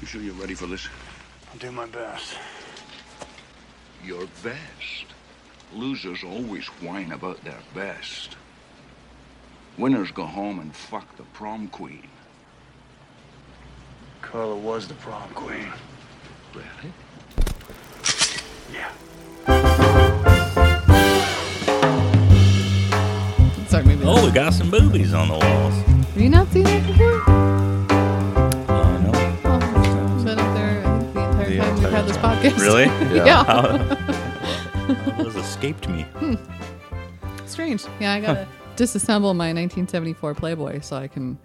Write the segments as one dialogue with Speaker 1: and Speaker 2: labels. Speaker 1: You sure you're ready for this?
Speaker 2: I'll do my best.
Speaker 1: Your best. Losers always whine about their best. Winners go home and fuck the prom queen.
Speaker 2: Carla was the prom queen.
Speaker 1: Really?
Speaker 2: Yeah.
Speaker 3: It's our movie.
Speaker 4: Oh, we got some boobies on the walls.
Speaker 3: Have you not seen that before?
Speaker 4: Oh, no.
Speaker 3: Oh, it's been up there I think, the entire
Speaker 4: The
Speaker 3: time we've had this podcast.
Speaker 4: Really?
Speaker 3: yeah.
Speaker 4: It was escaped me.
Speaker 3: Strange. Yeah, I gotta disassemble my 1974 Playboy so I can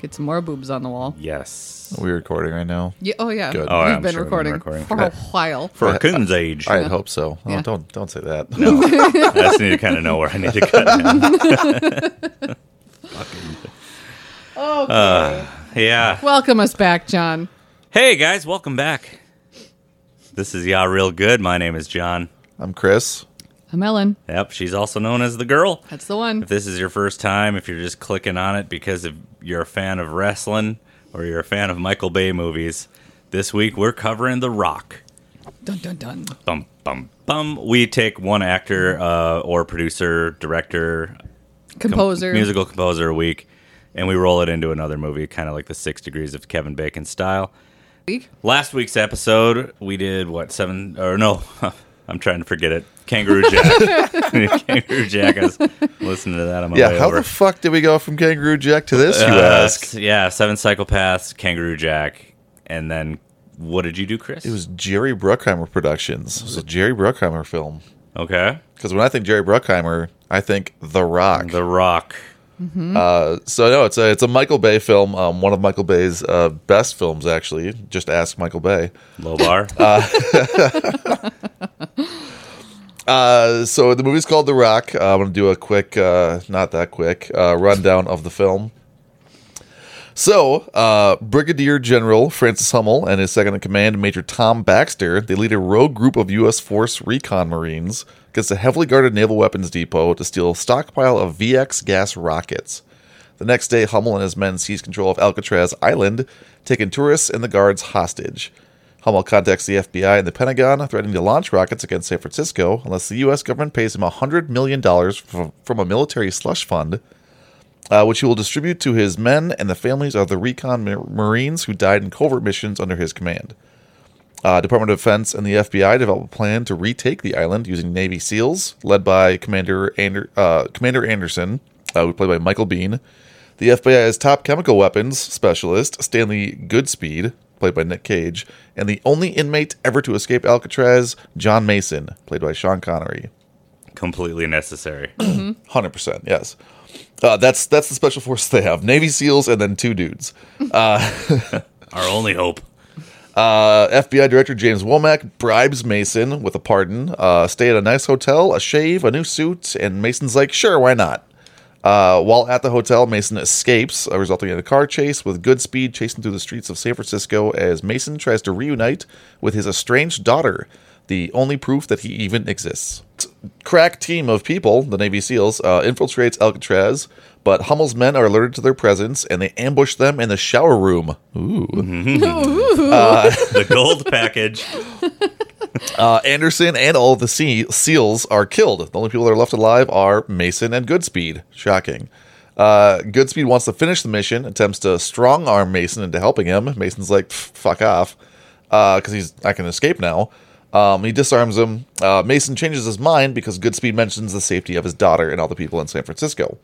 Speaker 3: get some more boobs on the wall.
Speaker 4: Yes.
Speaker 5: We're recording right now.
Speaker 3: Yeah. Oh yeah.
Speaker 5: Good.
Speaker 3: We've
Speaker 5: Oh,
Speaker 4: I'm
Speaker 3: been
Speaker 4: sure we've
Speaker 3: recording,
Speaker 4: been recording.
Speaker 3: for a while.
Speaker 4: For a coon's age.
Speaker 5: I had hoped so. Oh,
Speaker 3: Yeah.
Speaker 5: don't don't say that.
Speaker 4: No. I just need to kind of know where I need to cut down.
Speaker 3: Oh.
Speaker 4: Uh, Yeah.
Speaker 3: Welcome us back, John.
Speaker 4: Hey, guys, welcome back. This is Yeah Real Good. My name is John.
Speaker 5: I'm Chris.
Speaker 3: I'm Ellen.
Speaker 4: Yep, she's also known as the girl.
Speaker 3: That's the one.
Speaker 4: If this is your first time, if you're just clicking on it because of you're a fan of wrestling or you're a fan of Michael Bay movies, this week we're covering The Rock.
Speaker 3: Dun dun dun.
Speaker 4: Bum bum bum. We take one actor uh, or producer, director, com-
Speaker 3: Composer.
Speaker 4: musical composer a week, and we roll it into another movie, kind of like the Six Degrees of Kevin Bacon style.
Speaker 3: Week.
Speaker 4: Last week's episode, we did what seven or no? I'm trying to forget it. Kangaroo Jack. Kangaroo Jack. I was listening to that on my
Speaker 5: Yeah,
Speaker 4: way
Speaker 5: how
Speaker 4: over.
Speaker 5: the fuck did we go from Kangaroo Jack to this, you
Speaker 4: Uh,
Speaker 5: ask?
Speaker 4: s- yeah, Seven Psychopaths, Kangaroo Jack, and then what did you do, Chris?
Speaker 5: It was Jerry Bruckheimer Productions. It was a Jerry Bruckheimer film.
Speaker 4: okay.
Speaker 5: Because when I think Jerry Bruckheimer, I think The Rock.
Speaker 4: The Rock.
Speaker 5: Uh, so no, it's a it's a Michael Bay film. Um, one of Michael Bay's uh, best films, actually. Just ask Michael Bay.
Speaker 4: Lobar.
Speaker 5: Uh, so the movie's called The Rock. Uh, I'm gonna do a quick, uh, not that quick, uh, rundown of the film. So, uh, Brigadier General Francis Hummel and his second in command, Major Tom Baxter, they lead a rogue group of U.S. Force recon Marines against a heavily guarded naval weapons depot to steal a stockpile of VX gas rockets. The next day, Hummel and his men seize control of Alcatraz Island, taking tourists and the guards hostage. Hummel contacts the FBI and the Pentagon, threatening to launch rockets against San Francisco unless the U.S. government pays him $100 million f- from a military slush fund, uh, which he will distribute to his men and the families of the recon mar- Marines who died in covert missions under his command. Uh, Department of Defense and the FBI develop a plan to retake the island using Navy SEALs, led by Commander Ander- uh, Commander Anderson, uh, who played by Michael Bean. The FBI's top chemical weapons specialist, Stanley Goodspeed, played by Nick Cage, and the only inmate ever to escape Alcatraz, John Mason, played by Sean Connery.
Speaker 4: Completely necessary.
Speaker 5: Hundred percent, yes. Uh, that's that's the special force they have: Navy SEALs and then two dudes.
Speaker 4: Our only hope.
Speaker 5: Uh, FBI Director James Womack bribes Mason with a pardon, uh, stay at a nice hotel, a shave, a new suit, and Mason's like, sure, why not? Uh, while at the hotel, Mason escapes, uh, resulting in a car chase with good speed chasing through the streets of San Francisco as Mason tries to reunite with his estranged daughter, the only proof that he even exists. T- Crack team of people, the Navy SEALs, uh, infiltrates Alcatraz, but Hummel's men are alerted to their presence and they ambush them in the shower room. Ooh.
Speaker 4: The gold package.
Speaker 5: Uh, Anderson and all of the sea- SEALs are killed. The only people that are left alive are Mason and Goodspeed. Shocking. Uh, Goodspeed wants to finish the mission, attempts to strong arm Mason into helping him. Mason's like, "Pff, fuck off, because he's I can escape now. Um, he disarms him. Uh, Mason changes his mind because Goodspeed mentions the safety of his daughter and all the people in San Francisco.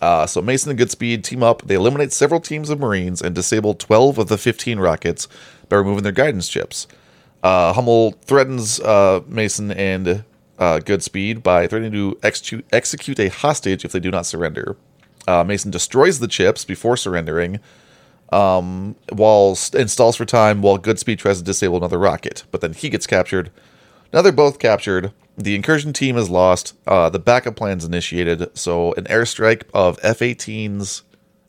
Speaker 5: Uh, so Mason and Goodspeed team up. They eliminate several teams of Marines and disable 12 of the 15 rockets by removing their guidance chips. Uh, Hummel threatens uh, Mason and uh, Goodspeed by threatening to execute, execute a hostage if they do not surrender. Uh, Mason destroys the chips before surrendering, um, while st- and stalls for time while Goodspeed tries to disable another rocket. But then he gets captured. Now they're both captured. The incursion team is lost. Uh, the backup plan's initiated. So an airstrike of F-18s,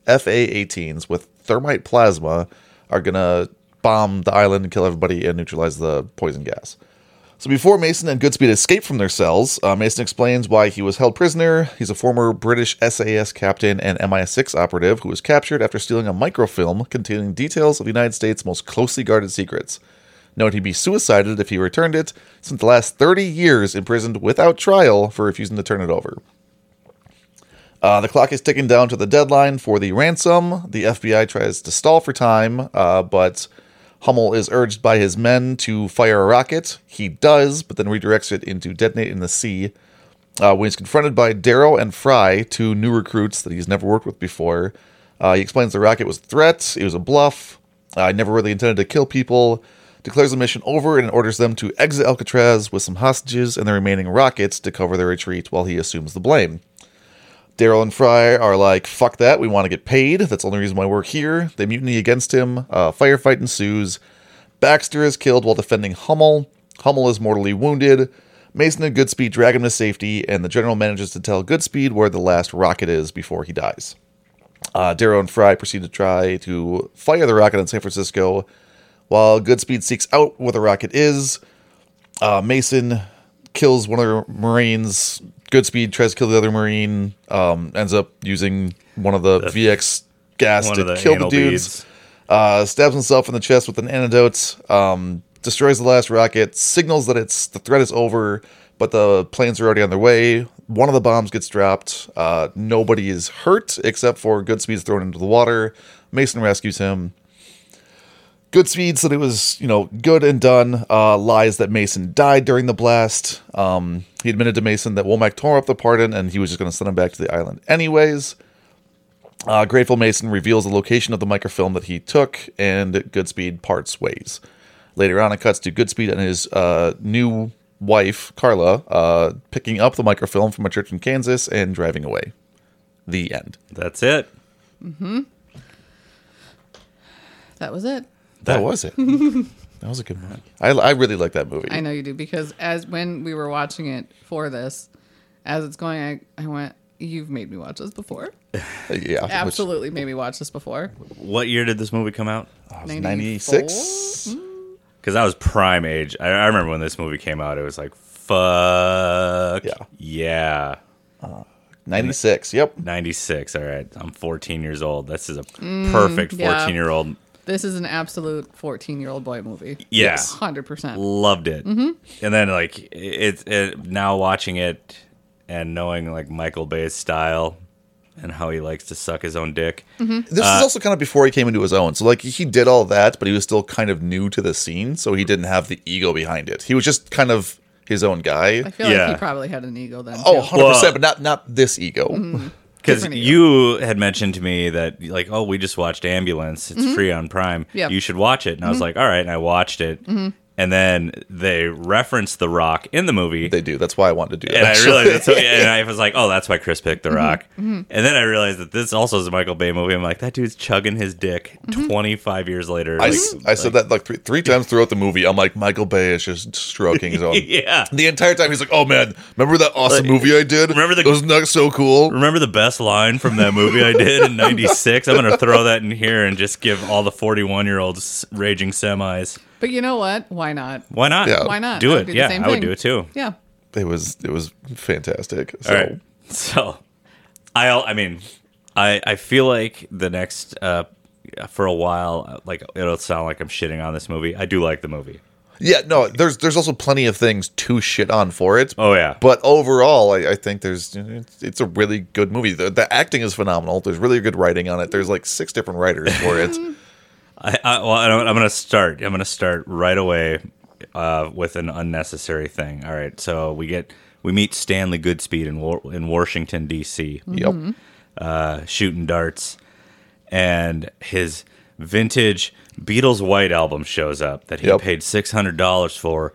Speaker 5: FA-18s with thermite plasma are gonna bomb the island and kill everybody and neutralize the poison gas. So before Mason and Goodspeed escape from their cells, uh, Mason explains why he was held prisoner. He's a former British SAS captain and MI6 operative who was captured after stealing a microfilm containing details of the United States' most closely guarded secrets. Note he'd be suicided if he returned it, since the last 30 years imprisoned without trial for refusing to turn it over. Uh, the clock is ticking down to the deadline for the ransom. The FBI tries to stall for time, uh, but Hummel is urged by his men to fire a rocket. He does, but then redirects it into detonate in the sea. Uh, when he's confronted by Darrow and Fry, two new recruits that he's never worked with before, uh, he explains the rocket was a threat, it was a bluff. I never really intended to kill people. Declares the mission over and orders them to exit Alcatraz with some hostages and the remaining rockets to cover their retreat while he assumes the blame. Daryl and Fry are like, fuck that, we want to get paid. That's the only reason why we're here. They mutiny against him. Uh, firefight ensues. Baxter is killed while defending Hummel. Hummel is mortally wounded. Mason and Goodspeed drag him to safety, and the general manages to tell Goodspeed where the last rocket is before he dies. Uh, Darrow and Fry proceed to try to fire the rocket in San Francisco, while Goodspeed seeks out where the rocket is. Uh, Mason kills one of the Marines. Goodspeed tries to kill the other Marine. Um, ends up using one of the, VX gas
Speaker 4: one
Speaker 5: to
Speaker 4: of the
Speaker 5: kill the
Speaker 4: anal
Speaker 5: dudes.
Speaker 4: beads.
Speaker 5: Uh, stabs himself in the chest with an antidote. Um, destroys the last rocket. Signals that it's the threat is over, but the planes are already on their way. One of the bombs gets dropped. Uh, nobody is hurt except for Goodspeed's thrown into the water. Mason rescues him. Goodspeed said it was, you know, good and done. Uh, lies that Mason died during the blast. Um, he admitted to Mason that Womack tore up the pardon and he was just going to send him back to the island anyways. Uh, Grateful Mason reveals the location of the microfilm that he took, and Goodspeed parts ways. Later on, it cuts to Goodspeed and his uh, new wife, Carla, uh, picking up the microfilm from a church in Kansas and driving away. The end.
Speaker 4: That's it.
Speaker 3: That was it.
Speaker 5: That was it. that was a good movie. I, I really like that movie.
Speaker 3: I know you do because as when we were watching it for this, as it's going, I, I went, "You've made me watch this before.
Speaker 5: Uh, Yeah. which-
Speaker 3: Absolutely made me watch this before."
Speaker 4: What year did this movie come out?
Speaker 5: I was 96?
Speaker 4: Because I was prime age. I, I remember when this movie came out. It was like, fuck
Speaker 5: Yeah.
Speaker 4: yeah.
Speaker 5: 96. Yep.
Speaker 4: 96. All right. I'm 14 years old. This is a
Speaker 5: Mm,
Speaker 4: perfect 14
Speaker 3: yeah.
Speaker 4: year old.
Speaker 3: This is an absolute fourteen-year-old boy movie.
Speaker 4: Yeah.
Speaker 3: hundred percent.
Speaker 4: Loved it.
Speaker 5: Mm-hmm.
Speaker 4: And then, like, it's it, now watching it and knowing, like, Michael Bay's style and how he likes to suck his own dick.
Speaker 5: This
Speaker 3: Uh,
Speaker 5: is also kind of before he came into his own. So, like, he did all that, but he was still kind of new to the scene. So, he didn't have the ego behind it. He was just kind of his own guy.
Speaker 3: I feel like
Speaker 4: Yeah.
Speaker 3: he probably had an ego then.
Speaker 5: Oh,
Speaker 3: too.
Speaker 5: 100%, but not not this ego.
Speaker 4: Because
Speaker 3: Different
Speaker 4: you had mentioned to me that, like, oh, we just watched Ambulance. It's free on Prime.
Speaker 3: Mm-hmm. Yep. Mm-hmm.
Speaker 4: You should watch it. And I was like, all right. And I watched it. And then they referenced The Rock in the movie.
Speaker 5: They do. That's why I wanted to do that.
Speaker 4: and I
Speaker 5: actually.
Speaker 4: realized that's what, and I was like, oh, that's why Chris picked The
Speaker 3: Mm-hmm.
Speaker 4: Rock. And then I realized that this also is a Michael Bay movie. I'm like, that dude's chugging his dick
Speaker 3: Mm-hmm.
Speaker 4: 25 years later.
Speaker 5: I,
Speaker 4: Like,
Speaker 5: s- I said that like three, three times throughout the movie. I'm like, Michael Bay is just stroking his own.
Speaker 4: yeah.
Speaker 5: The entire time he's like, "Oh man, remember that awesome
Speaker 4: Like,
Speaker 5: movie I did?
Speaker 4: remember the-
Speaker 5: it was not so cool."
Speaker 4: Remember the best line from that movie I did in 96? I'm going to throw that in here and just give all the 41 year olds raging semis.
Speaker 3: But you know what? Why not?
Speaker 4: Why not?
Speaker 5: Yeah.
Speaker 3: Why not? I
Speaker 4: Do
Speaker 3: would
Speaker 4: it.
Speaker 3: do the
Speaker 4: yeah,
Speaker 3: same
Speaker 4: I would
Speaker 3: thing.
Speaker 4: do it too.
Speaker 3: Yeah.
Speaker 5: It was it was fantastic. So,
Speaker 4: All right. So, I I mean, I I feel like the next uh for a while uh, like it'll sound like I'm shitting on this movie. I do like the movie.
Speaker 5: yeah, no, there's there's also plenty of things to shit on for it.
Speaker 4: Oh, yeah.
Speaker 5: but overall, I, I think there's it's, it's a really good movie. The, the acting is phenomenal. There's really good writing on it. There's like six different writers for it.
Speaker 4: I, I well, I don't, I'm gonna start. I'm gonna start right away uh, with an unnecessary thing. All right, so we get we meet Stanley Goodspeed in Wa- in Washington D.C.
Speaker 5: Yep.
Speaker 4: uh, shooting darts, and his vintage Beatles White album shows up that he
Speaker 5: Yep.
Speaker 4: paid six hundred dollars for,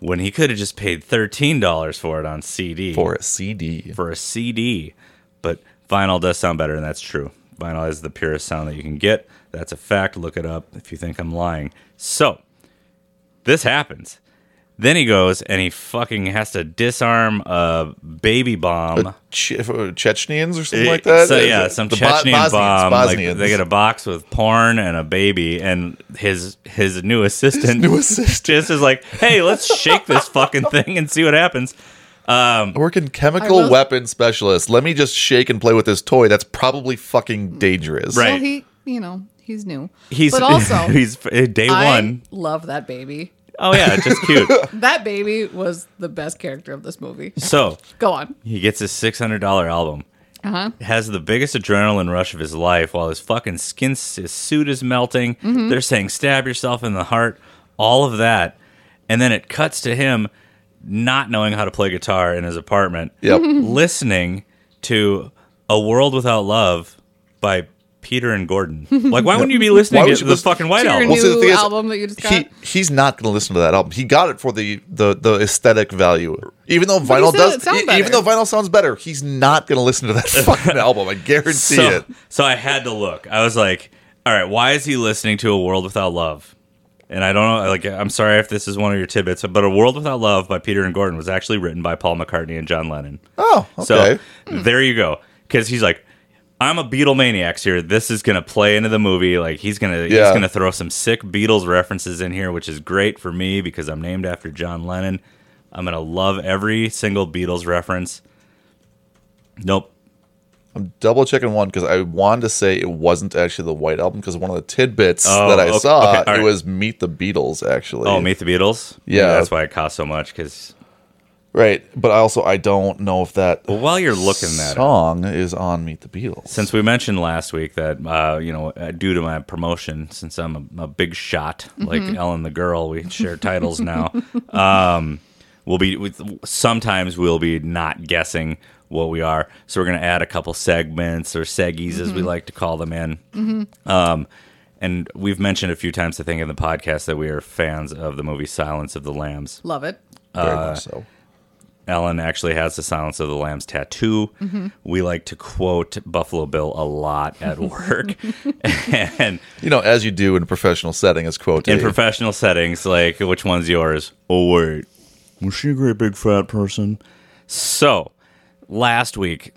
Speaker 4: when he could have just paid thirteen dollars for it on CD
Speaker 5: for a CD.
Speaker 4: for a CD, but vinyl does sound better, and that's true. Vinyl is the purest sound that you can get. That's a fact. Look it up if you think I'm lying. So, this happens. Then he goes and he fucking has to disarm a baby bomb.
Speaker 5: Che- uh, Chechens or something
Speaker 4: It-
Speaker 5: like that.
Speaker 4: Eh, So
Speaker 5: Is
Speaker 4: yeah,
Speaker 5: it-
Speaker 4: some
Speaker 5: the Bo-
Speaker 4: Chechen
Speaker 5: Bosnians,
Speaker 4: bomb. like,
Speaker 5: Bosnians.
Speaker 4: they get a box with porn and a baby, and his his new assistant
Speaker 5: new assistant.
Speaker 4: just is like, "Hey, let's shake this fucking thing and see what happens."
Speaker 5: I work in chemical
Speaker 3: I will-
Speaker 5: weapon specialist. Let me just shake and play with this toy. That's probably fucking dangerous.
Speaker 4: Right.
Speaker 3: Well, he, you know, he's new.
Speaker 4: He's
Speaker 3: but also
Speaker 4: he's uh, day
Speaker 3: I
Speaker 4: one.
Speaker 3: love that baby.
Speaker 4: Oh yeah, it's just cute.
Speaker 3: That baby was the best character of this movie.
Speaker 4: so
Speaker 3: Go on.
Speaker 4: he gets his six hundred dollar album.
Speaker 3: Uh huh.
Speaker 4: has the biggest adrenaline rush of his life while his fucking skin his suit is melting. They're saying stab yourself in the heart, all of that. And then it cuts to him not knowing how to play guitar in his apartment,
Speaker 5: Yep.
Speaker 4: listening to A World Without Love by Peter and Gordon. Like why wouldn't you be listening
Speaker 5: Why would
Speaker 4: to
Speaker 5: you
Speaker 4: the
Speaker 5: listen-
Speaker 4: fucking White
Speaker 3: To your
Speaker 4: Album?
Speaker 3: new album that you just
Speaker 5: he
Speaker 3: got?
Speaker 5: he's not going to listen to that album. He got it for the the, the aesthetic value. Even though vinyl
Speaker 3: said it
Speaker 5: does,
Speaker 3: sound
Speaker 5: e-
Speaker 3: better.
Speaker 5: even though vinyl sounds better, he's not going to listen to that fucking album. I guarantee
Speaker 4: so,
Speaker 5: it.
Speaker 4: So I had to look. I was like, all right, why is he listening to A World Without Love? And I don't know, like, I'm sorry if this is one of your tidbits, but A World Without Love by Peter and Gordon was actually written by Paul McCartney and John Lennon.
Speaker 5: Oh, okay.
Speaker 4: So there you go. Because he's like, I'm a Beatle maniacs here. This is gonna play into the movie. Like he's gonna he's
Speaker 5: Yeah.
Speaker 4: gonna throw some sick Beatles references in here, which is great for me because I'm named after John Lennon. I'm gonna love every single Beatles reference. Nope.
Speaker 5: double checking one because I wanted to say it wasn't actually the White Album because one of the tidbits
Speaker 4: Oh,
Speaker 5: that I
Speaker 4: okay-
Speaker 5: saw
Speaker 4: okay, all right.
Speaker 5: it was Meet the Beatles actually.
Speaker 4: Oh, Meet the Beatles.
Speaker 5: Yeah.
Speaker 4: that's why it costs so much. Because
Speaker 5: right. But I also I don't know if that
Speaker 4: while you're looking that, up,
Speaker 5: song is on Meet the Beatles.
Speaker 4: since we mentioned last week that uh, you know, uh, due to my promotion, since I'm a, a big shot like Ellen the Girl, we share titles now. Um, we'll be with, sometimes we'll be not guessing what we are, so we're gonna add a couple segments or seggies as we like to call them in. Um, and we've mentioned a few times, I think, in the podcast that we are fans of the movie Silence of the Lambs.
Speaker 3: Love it.
Speaker 5: very
Speaker 4: uh,
Speaker 5: much so.
Speaker 4: Ellen actually has the Silence of the Lambs tattoo. We like to quote Buffalo Bill a lot at work and
Speaker 5: You know, as you do in a professional setting, it's quoted.
Speaker 4: in professional settings, like, which one's yours? Oh, wait. Was she a great big fat person? So, last week,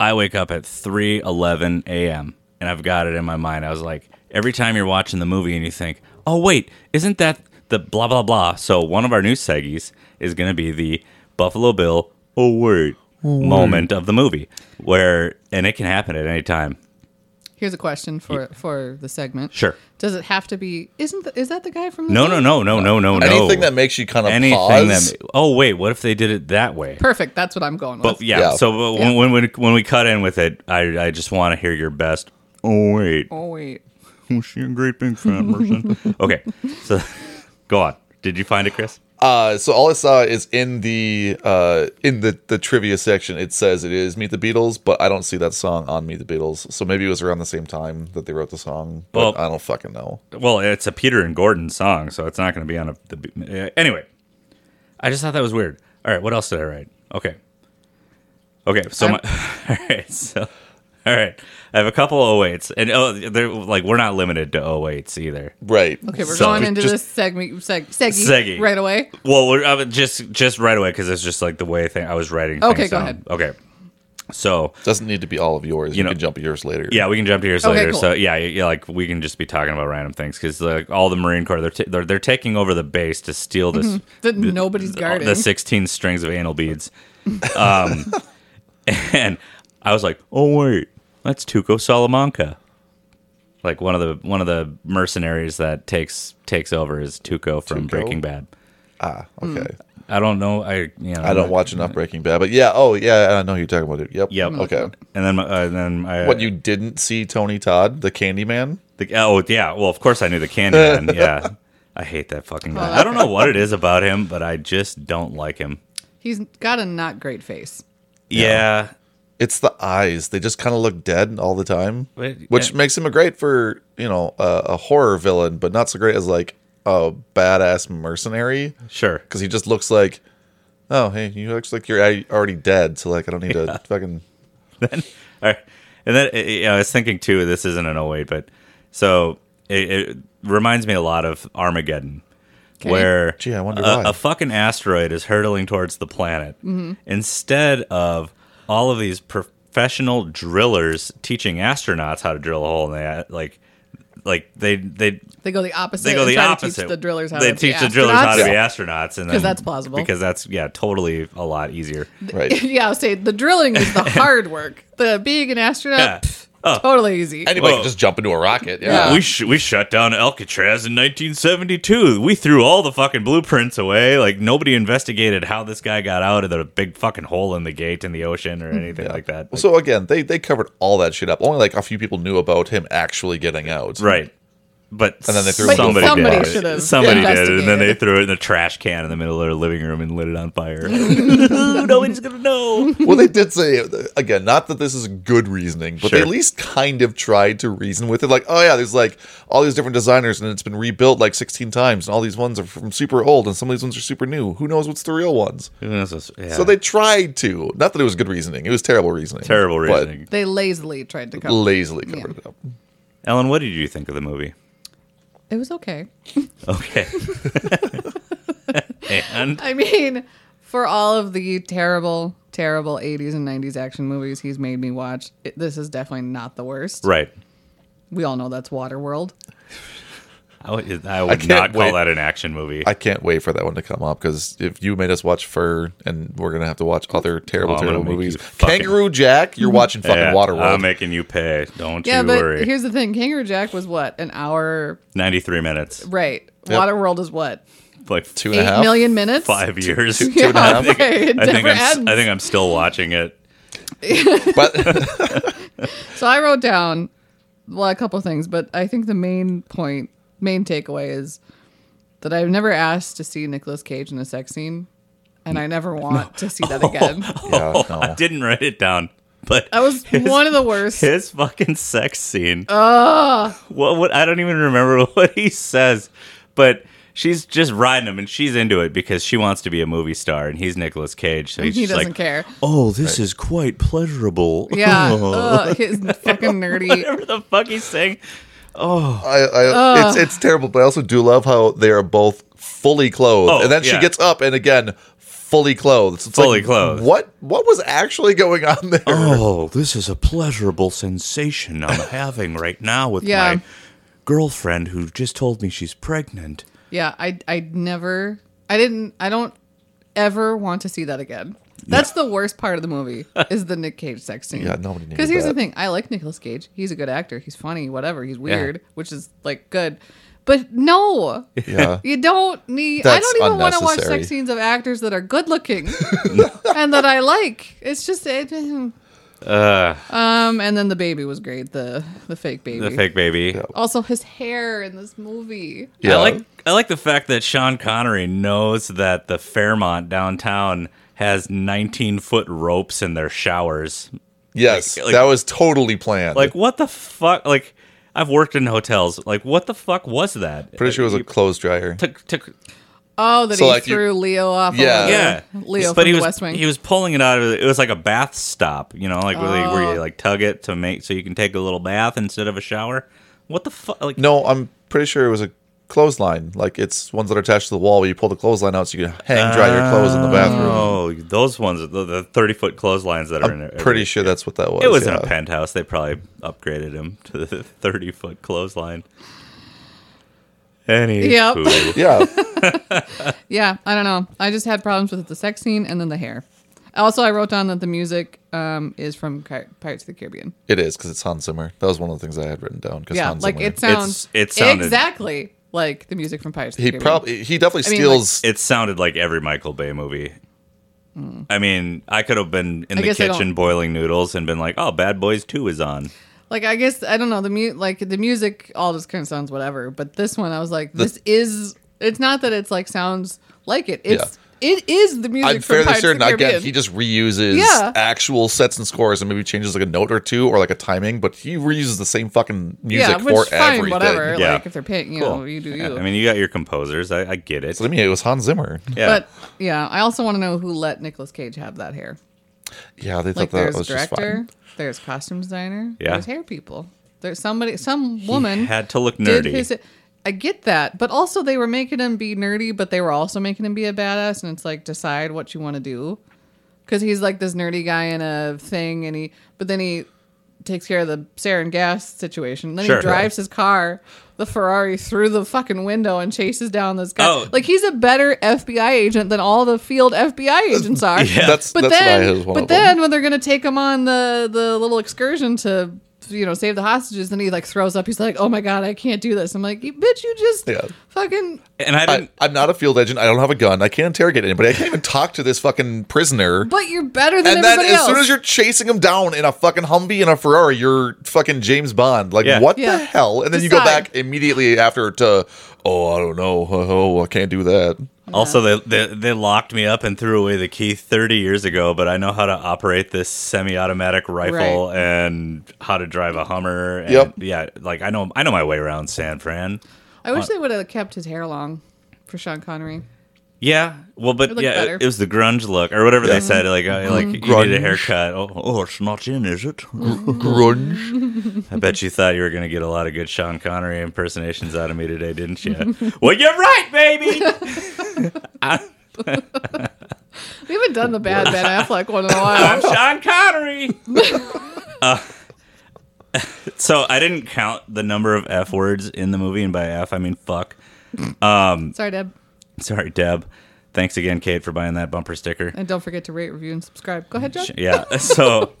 Speaker 4: I wake up at three eleven a.m. and I've got it in my mind. I was like, every time you're watching the movie and you think, oh, wait, isn't that the blah, blah, blah? So, one of our new seggies is going to be the Buffalo Bill, oh, wait, moment of the movie, where, and it can happen at any time.
Speaker 3: Here's a question for for the segment.
Speaker 4: Sure.
Speaker 3: Does it have to be? Isn't the, is that the guy from? The
Speaker 4: No,
Speaker 3: thing?
Speaker 4: no, no, no, no, no, no.
Speaker 5: anything that makes you kind of
Speaker 4: anything
Speaker 5: pause.
Speaker 4: that. Oh wait, what if they did it that way?
Speaker 3: Perfect. That's what I'm going with.
Speaker 4: But yeah,
Speaker 5: Yeah.
Speaker 4: so but when, when when when we cut in with it, I I just want to hear your best. Oh wait,
Speaker 3: oh wait.
Speaker 4: was she a great big fan person? okay, so go on. Did you find it, Chris?
Speaker 5: Uh, so all I saw is in the uh, in the, the trivia section. It says it is Meet the Beatles, but I don't see that song on Meet the Beatles. So maybe it was around the same time that they wrote the song. But
Speaker 4: Well-
Speaker 5: I don't fucking know.
Speaker 4: Well, it's a Peter and Gordon song, so it's not going to be on a. The, uh, anyway, I just thought that was weird. All right, what else did I write? Okay, okay. So my, all right, so all right. I have a couple 08s, and oh, they're like we're not limited to 08s either.
Speaker 5: Right.
Speaker 3: Okay, we're
Speaker 4: So-
Speaker 3: going into
Speaker 5: Just-
Speaker 3: this segment seg, seggy,
Speaker 4: Seggy.
Speaker 3: right away.
Speaker 4: Well, we're, uh, just just right away because it's just like the way thing I was writing.
Speaker 3: Okay,
Speaker 4: things
Speaker 3: go
Speaker 4: down.
Speaker 3: ahead.
Speaker 4: Okay, so
Speaker 5: Doesn't need to be all of yours. You,
Speaker 4: know-
Speaker 5: can jump yours later.
Speaker 4: yeah, we can jump to yours
Speaker 3: Okay,
Speaker 4: later.
Speaker 3: cool.
Speaker 4: So yeah, yeah, like we can just be talking about random things because like all the Marine Corps they're ta- they're, they're taking over the base to steal this
Speaker 3: That nobody's guarding.
Speaker 4: the sixteen strings of anal beads, um, and I was like, oh wait, that's Tuco Salamanca. Like one of the one of the mercenaries that takes takes over is Tuco from
Speaker 5: Tuco?
Speaker 4: Breaking Bad. Mm.
Speaker 5: Ah, okay.
Speaker 4: I don't know. I you know
Speaker 5: I don't watch enough Breaking Bad, but yeah. Oh, yeah. I know who you're talking about it. Yep.
Speaker 4: Yep.
Speaker 5: Mm. Okay.
Speaker 4: And then, uh, and then I,
Speaker 5: What you didn't see Tony Todd, the Candyman?
Speaker 4: The, oh yeah, well of course I knew the Candyman. yeah, I hate that fucking guy. I don't know what it is about him, but I just don't like him.
Speaker 3: He's got a not great face.
Speaker 4: Yeah,
Speaker 5: It's the eyes. They just kind of look dead all the time,
Speaker 4: Wait,
Speaker 5: which
Speaker 4: and-
Speaker 5: makes him a great for you know a, a horror villain, but not so great as like a badass mercenary
Speaker 4: sure.
Speaker 5: because he just looks like, oh hey, you looks like you're al- already dead, so like I don't need to fucking
Speaker 4: All right. And then uh, yeah, I was thinking too. This oh isn't an 08, but so it, it reminds me a lot of Armageddon. where
Speaker 5: Gee, I wonder
Speaker 4: a,
Speaker 5: why.
Speaker 4: a fucking asteroid is hurtling towards the planet
Speaker 3: Mm-hmm.
Speaker 4: instead of all of these professional drillers teaching astronauts how to drill a hole in the a- like like they they
Speaker 3: They go the opposite.
Speaker 4: they go
Speaker 3: and
Speaker 4: the
Speaker 3: try to
Speaker 4: opposite.
Speaker 3: Teach the drillers how
Speaker 4: they
Speaker 3: to be
Speaker 4: teach the drillers how to
Speaker 3: astronauts.
Speaker 4: be astronauts, and
Speaker 3: 'Cause
Speaker 4: then-
Speaker 3: that's plausible.
Speaker 4: Because that's yeah, totally a lot easier.
Speaker 5: Right.
Speaker 3: yeah, I'll say the drilling is the hard work. The being an astronaut,
Speaker 4: Yeah. Oh.
Speaker 3: pff, totally easy.
Speaker 5: Anybody
Speaker 4: Whoa.
Speaker 5: can just jump into a rocket. Yeah.
Speaker 3: Yeah.
Speaker 4: We sh- we shut down Alcatraz in 1972. We threw all the fucking blueprints away. Like nobody investigated how this guy got out of the big fucking hole in the gate in the ocean or anything like that. Like,
Speaker 5: So again, they they covered all that shit up. Only like a few people knew about him actually getting out.
Speaker 4: right. But,
Speaker 5: And then they threw it
Speaker 4: somebody, did
Speaker 5: away. Somebody
Speaker 3: should
Speaker 4: it.
Speaker 3: have
Speaker 4: Somebody did it, and then they
Speaker 3: investigated.
Speaker 4: threw it in a trash can in the middle of their living room and lit it on fire. Nobody's gonna know.
Speaker 5: well, they did say again, not that this is good reasoning, but
Speaker 4: Sure.
Speaker 5: they at least kind of tried to reason with it. Like, oh yeah, there's like all these different designers, and it's been rebuilt like 16 times, and all these ones are from super old, and some of these ones are super new. Who knows what's the real ones?
Speaker 4: Who knows what's- yeah.
Speaker 5: So they tried to. Not that it was good reasoning; it was terrible reasoning.
Speaker 4: terrible
Speaker 5: but
Speaker 4: reasoning.
Speaker 3: They lazily tried to cover.
Speaker 5: lazily covered it up.
Speaker 4: Ellen, what did you think of the movie?
Speaker 3: it was okay.
Speaker 4: Okay. and
Speaker 3: I mean, for all of the terrible, terrible 80s and 90s action movies he's made me watch, it, this is definitely not the worst.
Speaker 4: right.
Speaker 3: We all know that's Waterworld.
Speaker 4: I would, I would
Speaker 5: can't
Speaker 4: not call
Speaker 5: wait.
Speaker 4: that an action movie.
Speaker 5: I can't wait for that one to come up because if you made us watch Fur, and we're gonna have to watch other terrible,
Speaker 4: Oh, I'm gonna
Speaker 5: terrible
Speaker 4: make you
Speaker 5: movies.
Speaker 4: fucking-
Speaker 5: Kangaroo Jack,
Speaker 4: Mm-hmm.
Speaker 5: you're watching fucking
Speaker 4: Yeah, I'm
Speaker 5: Waterworld.
Speaker 4: making you pay. Don't
Speaker 3: Yeah,
Speaker 4: you
Speaker 3: but
Speaker 4: worry.
Speaker 3: here's the thing Kangaroo Jack was what? An hour?
Speaker 4: 93 minutes.
Speaker 3: Right.
Speaker 5: Yep.
Speaker 3: Waterworld is what?
Speaker 4: Like
Speaker 5: Two
Speaker 3: eight
Speaker 5: and a
Speaker 3: million
Speaker 5: half.
Speaker 3: minutes?
Speaker 4: five years.
Speaker 3: Yeah,
Speaker 5: and a half.
Speaker 3: right. It
Speaker 4: I, think
Speaker 3: never
Speaker 4: I'm, s-
Speaker 3: ends.
Speaker 4: I think I'm still watching it.
Speaker 5: But
Speaker 3: So I wrote down well a couple things, but I think the main point, main takeaway is that I've never asked to see Nicolas Cage in a sex scene, and I never want to see that again.
Speaker 5: yeah,
Speaker 4: Oh,
Speaker 5: no.
Speaker 4: I didn't write it down. But
Speaker 3: That was one of the worst.
Speaker 4: his fucking sex scene. What, what? I don't even remember what he says, but she's just riding him, and she's into it because she wants to be a movie star, and he's Nicolas Cage, so he's
Speaker 3: he
Speaker 4: just
Speaker 3: doesn't
Speaker 4: like,
Speaker 3: care.
Speaker 4: "Oh, this is quite pleasurable."
Speaker 3: Yeah, ugh, his fucking nerdy.
Speaker 4: whatever the fuck he's saying.
Speaker 5: I, I it's it's terrible, but I also do love how they are both fully clothed,
Speaker 4: Oh,
Speaker 5: and then she
Speaker 4: yeah.
Speaker 5: gets up and again fully clothed. So it's
Speaker 4: Fully
Speaker 5: like,
Speaker 4: clothed.
Speaker 5: What what was actually going on there?
Speaker 4: Oh, this is a pleasurable sensation I'm having right now with
Speaker 3: Yeah.
Speaker 4: my girlfriend who just told me she's pregnant.
Speaker 3: Yeah, I I never, I didn't, I don't ever want to see that again. That's the worst part of the movie is the Nick Cage sex scene.
Speaker 5: Yeah, nobody needed
Speaker 3: Because here's the
Speaker 5: that.
Speaker 3: thing: I like Nicolas Cage. He's a good actor. He's funny. Whatever. He's weird, which is like good. But no,
Speaker 5: Yeah,
Speaker 3: You don't need. I
Speaker 5: That's
Speaker 3: don't even want to watch
Speaker 5: unnecessary.
Speaker 3: sex scenes of actors that are good looking and that I like. It's just. It, um, and then the baby was great. The the fake baby.
Speaker 4: The fake baby.
Speaker 3: Also, his hair in this movie.
Speaker 5: yeah.
Speaker 4: I like I like the fact that Sean Connery knows that the Fairmont downtown has 19 foot ropes in their showers.
Speaker 5: yes,
Speaker 4: like-
Speaker 5: that was totally planned.
Speaker 4: Like what the fuck? Like I've worked in hotels. Like what the fuck was that?
Speaker 5: pretty sure it was a clothes dryer.
Speaker 4: took took
Speaker 3: Oh, that
Speaker 5: So,
Speaker 3: he
Speaker 5: like, you-
Speaker 3: threw Leo off.
Speaker 5: Yeah.
Speaker 3: over
Speaker 4: yeah.
Speaker 3: Leo
Speaker 4: but
Speaker 3: from
Speaker 4: he
Speaker 3: the
Speaker 4: was
Speaker 3: West Wing.
Speaker 4: he was pulling it out of it was like a bath stop, you know, like where, you, where
Speaker 3: Oh.
Speaker 4: you like tug it to make so you can take a little bath instead of a shower. What the fuck? Like
Speaker 5: No, I'm pretty sure it was a clothesline. Like it's ones that are attached to the wall. Where you pull the clothesline out so you can hang dry your clothes in the bathroom.
Speaker 4: Oh, those ones, the- the thirty foot clotheslines that are in there.
Speaker 5: Pretty sure that's what that was.
Speaker 4: It was in a
Speaker 5: yeah.
Speaker 4: penthouse. They probably upgraded him to the 30 foot clothesline. Anywho.
Speaker 3: Yep.
Speaker 5: Yeah,
Speaker 3: yeah, I don't know. I just had problems with the sex scene and then the hair. Also, I wrote down that the music um, is from Car- Pirates of the Caribbean.
Speaker 5: it is because it's Hans Zimmer. That was one of the things I had written down. Because
Speaker 3: Yeah,
Speaker 5: Hans
Speaker 3: like
Speaker 5: Zimmer.
Speaker 3: it sounds.
Speaker 4: it sounded-
Speaker 3: exactly like the music from Pirates. Of the
Speaker 5: he
Speaker 3: Caribbean.
Speaker 5: probably he definitely
Speaker 3: I mean, like-
Speaker 5: steals.
Speaker 4: It sounded like every Michael Bay movie. I mean, I could have been
Speaker 3: Mm.
Speaker 4: in
Speaker 3: I
Speaker 4: the
Speaker 3: guess I
Speaker 4: kitchen
Speaker 3: don't-
Speaker 4: boiling noodles and been like, oh, Bad Boys 2 is on.
Speaker 3: Like I guess I don't know the mu- like the music all just kind of sounds whatever, but this one I was like, this is. It's not that it's like sounds like it. It's it is the music.
Speaker 5: I'm
Speaker 3: from
Speaker 5: fairly
Speaker 3: Pirates of
Speaker 5: certain.
Speaker 3: the Caribbean.
Speaker 5: Again, he just reuses
Speaker 3: Yeah.
Speaker 5: actual sets and scores, and maybe changes like a note or two or like a timing. But he reuses the same fucking music for everything.
Speaker 3: whatever.
Speaker 4: Yeah.
Speaker 3: Like if they're paying, you know, you do you.
Speaker 4: Yeah, I mean, you got your composers. I, I get it.
Speaker 5: So to me, it was Hans Zimmer.
Speaker 4: yeah.
Speaker 3: but yeah, I also want to know who let Nicolas Cage have that hair.
Speaker 5: Yeah, they
Speaker 3: Like
Speaker 5: thought that
Speaker 3: there's
Speaker 5: was just
Speaker 3: director,
Speaker 5: fine.
Speaker 3: there's costume designer,
Speaker 4: Yeah.
Speaker 3: there's hair people, there's somebody, some
Speaker 4: He
Speaker 3: woman
Speaker 4: had to look
Speaker 3: did
Speaker 4: nerdy.
Speaker 3: his. I get that, but also they were making him be nerdy, but they were also making him be a badass, and it's like decide what you want to do, because he's like this nerdy guy in a thing, and he but then he takes care of the sarin gas situation. Then
Speaker 4: Sure.
Speaker 3: he drives his car, the Ferrari, through the fucking window and chases down this guy.
Speaker 4: Oh.
Speaker 3: Like he's a better FBI agent than all the field FBI agents are.
Speaker 4: Yeah.
Speaker 5: That's
Speaker 3: But
Speaker 5: that's why I
Speaker 3: then,
Speaker 5: was one
Speaker 3: but
Speaker 5: of them.
Speaker 3: then when they're gonna take him on the the little excursion to you know save the hostages, then he like throws up. He's like, "Oh my god, I can't do this." I'm like, "You "Bitch, you just
Speaker 5: Yeah.
Speaker 3: fucking
Speaker 4: And I
Speaker 5: I,
Speaker 4: didn't.
Speaker 5: I'm not a field agent. I don't have a gun. I can't interrogate anybody. I can't even talk to this fucking prisoner.
Speaker 3: but you're better than
Speaker 5: and then
Speaker 3: everybody
Speaker 5: as
Speaker 3: else."
Speaker 5: soon as you're chasing him down in a fucking Humvee and a Ferrari, you're fucking James Bond. Like
Speaker 4: Yeah.
Speaker 5: what
Speaker 3: Yeah.
Speaker 5: the hell? And then you go
Speaker 3: Decide.
Speaker 5: back immediately after to oh I don't know oh I can't do that.
Speaker 3: Uh,
Speaker 4: also, they, they they locked me up and threw away the key 30 years ago, but I know how to operate this semi-automatic rifle and how to drive a Hummer. And
Speaker 5: Yep.
Speaker 4: Yeah, like I know I know my way around San Fran.
Speaker 3: I
Speaker 5: Uh.
Speaker 3: wish they would have kept his hair long for Sean Connery.
Speaker 4: Yeah, well, but
Speaker 3: looked
Speaker 4: yeah,
Speaker 3: better.
Speaker 4: it, it was the grunge look or whatever they said. Like, uh, like you need a
Speaker 5: Grunge.
Speaker 4: haircut. Oh, oh, it's not in, is it?
Speaker 5: Grunge.
Speaker 4: I bet you thought you were going to get a lot of good Sean Connery impersonations out of me today, didn't you? well, you're right, baby.
Speaker 3: We haven't done the bad Ben Affleck one in a while.
Speaker 4: I'm Sean Connery. Uh, so I didn't count the number of F words in the movie, and by F I mean fuck.
Speaker 3: Sorry, Deb.
Speaker 4: Sorry, Deb. Thanks again, Kate, for buying that bumper sticker.
Speaker 3: And don't forget to rate, review, and subscribe. Go ahead, John.
Speaker 4: Yeah. So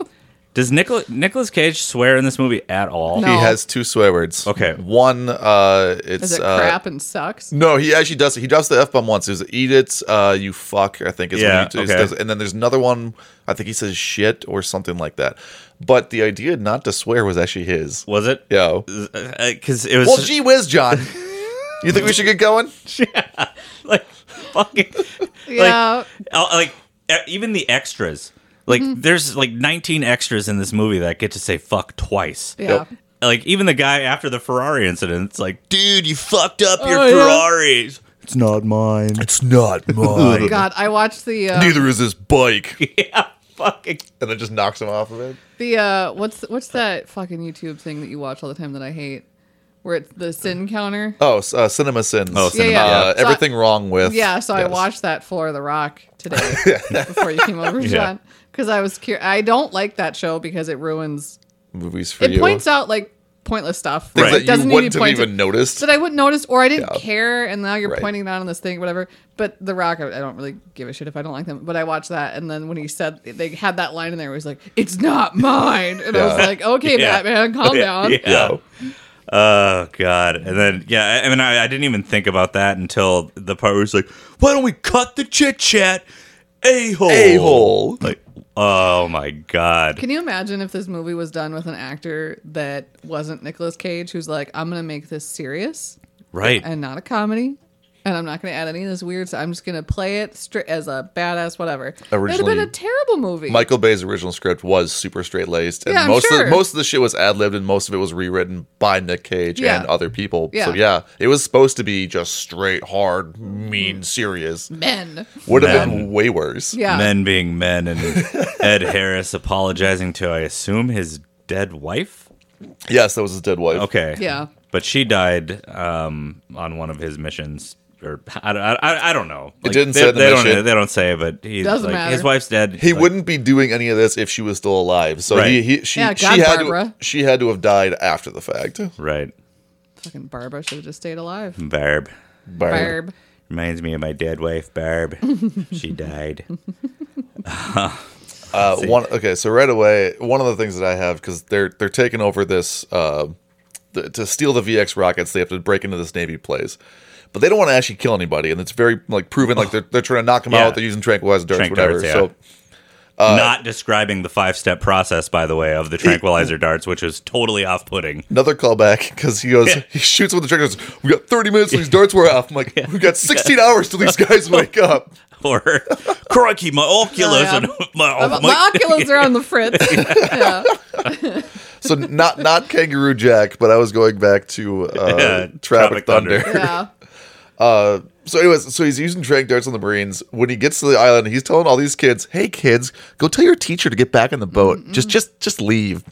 Speaker 4: does Nicol Nicolas Cage swear in this movie at all?
Speaker 3: No.
Speaker 5: He has two swear words.
Speaker 4: Okay.
Speaker 5: One uh it's
Speaker 3: Is it
Speaker 5: uh,
Speaker 3: crap and sucks?
Speaker 5: No, he actually does. He drops the f bomb once. He was eat it, uh, you fuck. I think is
Speaker 4: Yeah,
Speaker 5: what he
Speaker 4: okay.
Speaker 5: does. And then there's another one. I think he says shit or something like that. But the idea not to swear was actually his.
Speaker 4: Was it?
Speaker 5: Yo.
Speaker 4: Because it was
Speaker 5: Well, gee whiz, John. You think we should get going?
Speaker 4: like fucking
Speaker 3: Yeah. Mm-hmm.
Speaker 4: like, uh, like e- even the extras like there's like 19 extras in this movie that get to say fuck twice
Speaker 3: Yeah. Yep.
Speaker 4: like even the guy after the ferrari incident it's like dude you fucked up your
Speaker 3: Oh, yeah.
Speaker 4: ferraris
Speaker 6: It's not mine.
Speaker 5: It's not mine.
Speaker 3: God, I watched the uh,
Speaker 5: Neither is this bike.
Speaker 4: yeah, fucking
Speaker 5: And then just knocks him off of it.
Speaker 3: the uh, what's what's that fucking YouTube thing that you watch all the time that I hate, where it's the sin counter.
Speaker 5: Oh, s- uh, Cinema Sins.
Speaker 4: Oh, Cinema,
Speaker 3: yeah.
Speaker 5: Uh,
Speaker 3: So I-
Speaker 5: everything wrong with.
Speaker 3: Yeah, so I
Speaker 5: Yes.
Speaker 3: watched that Floor of the Rock today before you came over, John, because I was curious. I don't like that show because it ruins.
Speaker 5: movies for
Speaker 3: It
Speaker 5: you.
Speaker 3: points out like pointless stuff
Speaker 5: Things
Speaker 4: Right.
Speaker 3: It
Speaker 5: that you
Speaker 3: doesn't need
Speaker 5: wouldn't
Speaker 3: to be
Speaker 5: have
Speaker 3: pointed.
Speaker 5: even noticed.
Speaker 3: that I wouldn't notice or I didn't
Speaker 5: Yeah.
Speaker 3: care. And now you're
Speaker 5: Right.
Speaker 3: pointing out on this thing, whatever. But The Rock, I I don't really give a shit if I don't like them. But I watched that, and then when he said they had that line in there, it was like, "It's not mine," and I was
Speaker 5: Yeah.
Speaker 3: like, "Okay,
Speaker 4: Yeah.
Speaker 3: Batman, calm down."
Speaker 4: yeah, oh god and then yeah i, I mean I, I didn't even think about that until the part where it's like why don't we cut the chit chat a-hole
Speaker 5: A-hole.
Speaker 4: like oh my god
Speaker 3: Can you imagine if this movie was done with an actor that wasn't Nicolas Cage, who's like, "I'm gonna make this serious
Speaker 4: right
Speaker 3: and not a comedy." And I'm not going to add any of this weird. So I'm just going to play it straight as a badass, whatever. It'd have been
Speaker 5: Originally,
Speaker 3: a terrible movie.
Speaker 5: Michael Bay's original script was super straight laced, and
Speaker 3: Yeah, I'm
Speaker 5: most of
Speaker 3: sure.
Speaker 5: the, most of the shit was ad libbed, and most of it was rewritten by Nick Cage
Speaker 3: Yeah.
Speaker 5: and other people. So
Speaker 3: Yeah.
Speaker 5: yeah, it was supposed to be just straight, hard, mean, serious.
Speaker 3: Men.
Speaker 5: Would have
Speaker 4: Man.
Speaker 5: been way worse.
Speaker 3: Yeah.
Speaker 4: men being men and Ed Harris apologizing to I assume his dead wife.
Speaker 5: Yes, that was his dead wife.
Speaker 4: Okay.
Speaker 3: Yeah.
Speaker 4: But she died um, on one of his missions, or I, don't- I, I- I don't know. Like,
Speaker 5: didn't
Speaker 4: they,
Speaker 5: say in the
Speaker 4: they don't.
Speaker 5: mission.
Speaker 4: They don't say, but he's
Speaker 3: Doesn't
Speaker 4: like,
Speaker 3: matter.
Speaker 4: his wife's dead.
Speaker 5: He
Speaker 4: Like,
Speaker 5: wouldn't be doing any of this if she was still alive. So
Speaker 4: Right.
Speaker 5: he, he she
Speaker 3: Yeah,
Speaker 5: she
Speaker 3: God,
Speaker 5: had
Speaker 3: Barbara.
Speaker 5: to she had to have died after the fact.
Speaker 4: Right,
Speaker 3: Fucking Barbara should have just stayed alive.
Speaker 4: Barb
Speaker 5: Barbara.
Speaker 3: Barb.
Speaker 4: reminds me of my dead wife, Barb. she died.
Speaker 5: Uh, one okay, so right away, one of the things that I have because they're they're taking over this uh, the, to steal the VX rockets, they have to break into this Navy place, but they don't want to actually kill anybody, and it's very like proven like they're they're trying to knock them
Speaker 4: Yeah.
Speaker 5: out. They're using tranquilizer darts,
Speaker 4: Tranq
Speaker 5: whatever.
Speaker 4: darts, yeah.
Speaker 5: So Uh,
Speaker 4: Not describing the five-step process, by the way, of the tranquilizer darts, which was totally off-putting.
Speaker 5: another callback because he goes he shoots with the tranquilizers. We got thirty minutes till these darts wear off. I'm like, we got sixteen hours till these guys wake up.
Speaker 4: Or crikey, my oculus
Speaker 3: Yeah, yeah.
Speaker 4: and my,
Speaker 3: My, my oculars are on the fritz. yeah.
Speaker 5: So not not Kangaroo Jack, but I was going back to uh,
Speaker 4: Yeah,
Speaker 5: Traffic
Speaker 4: Tropic Thunder.
Speaker 5: Thunder.
Speaker 3: Yeah.
Speaker 5: Uh, So, anyways, so he's using trank darts on the Marines. When he gets to the island, he's telling all these kids, "Hey, kids, go tell your teacher to get back in the boat. Just, just, just leave."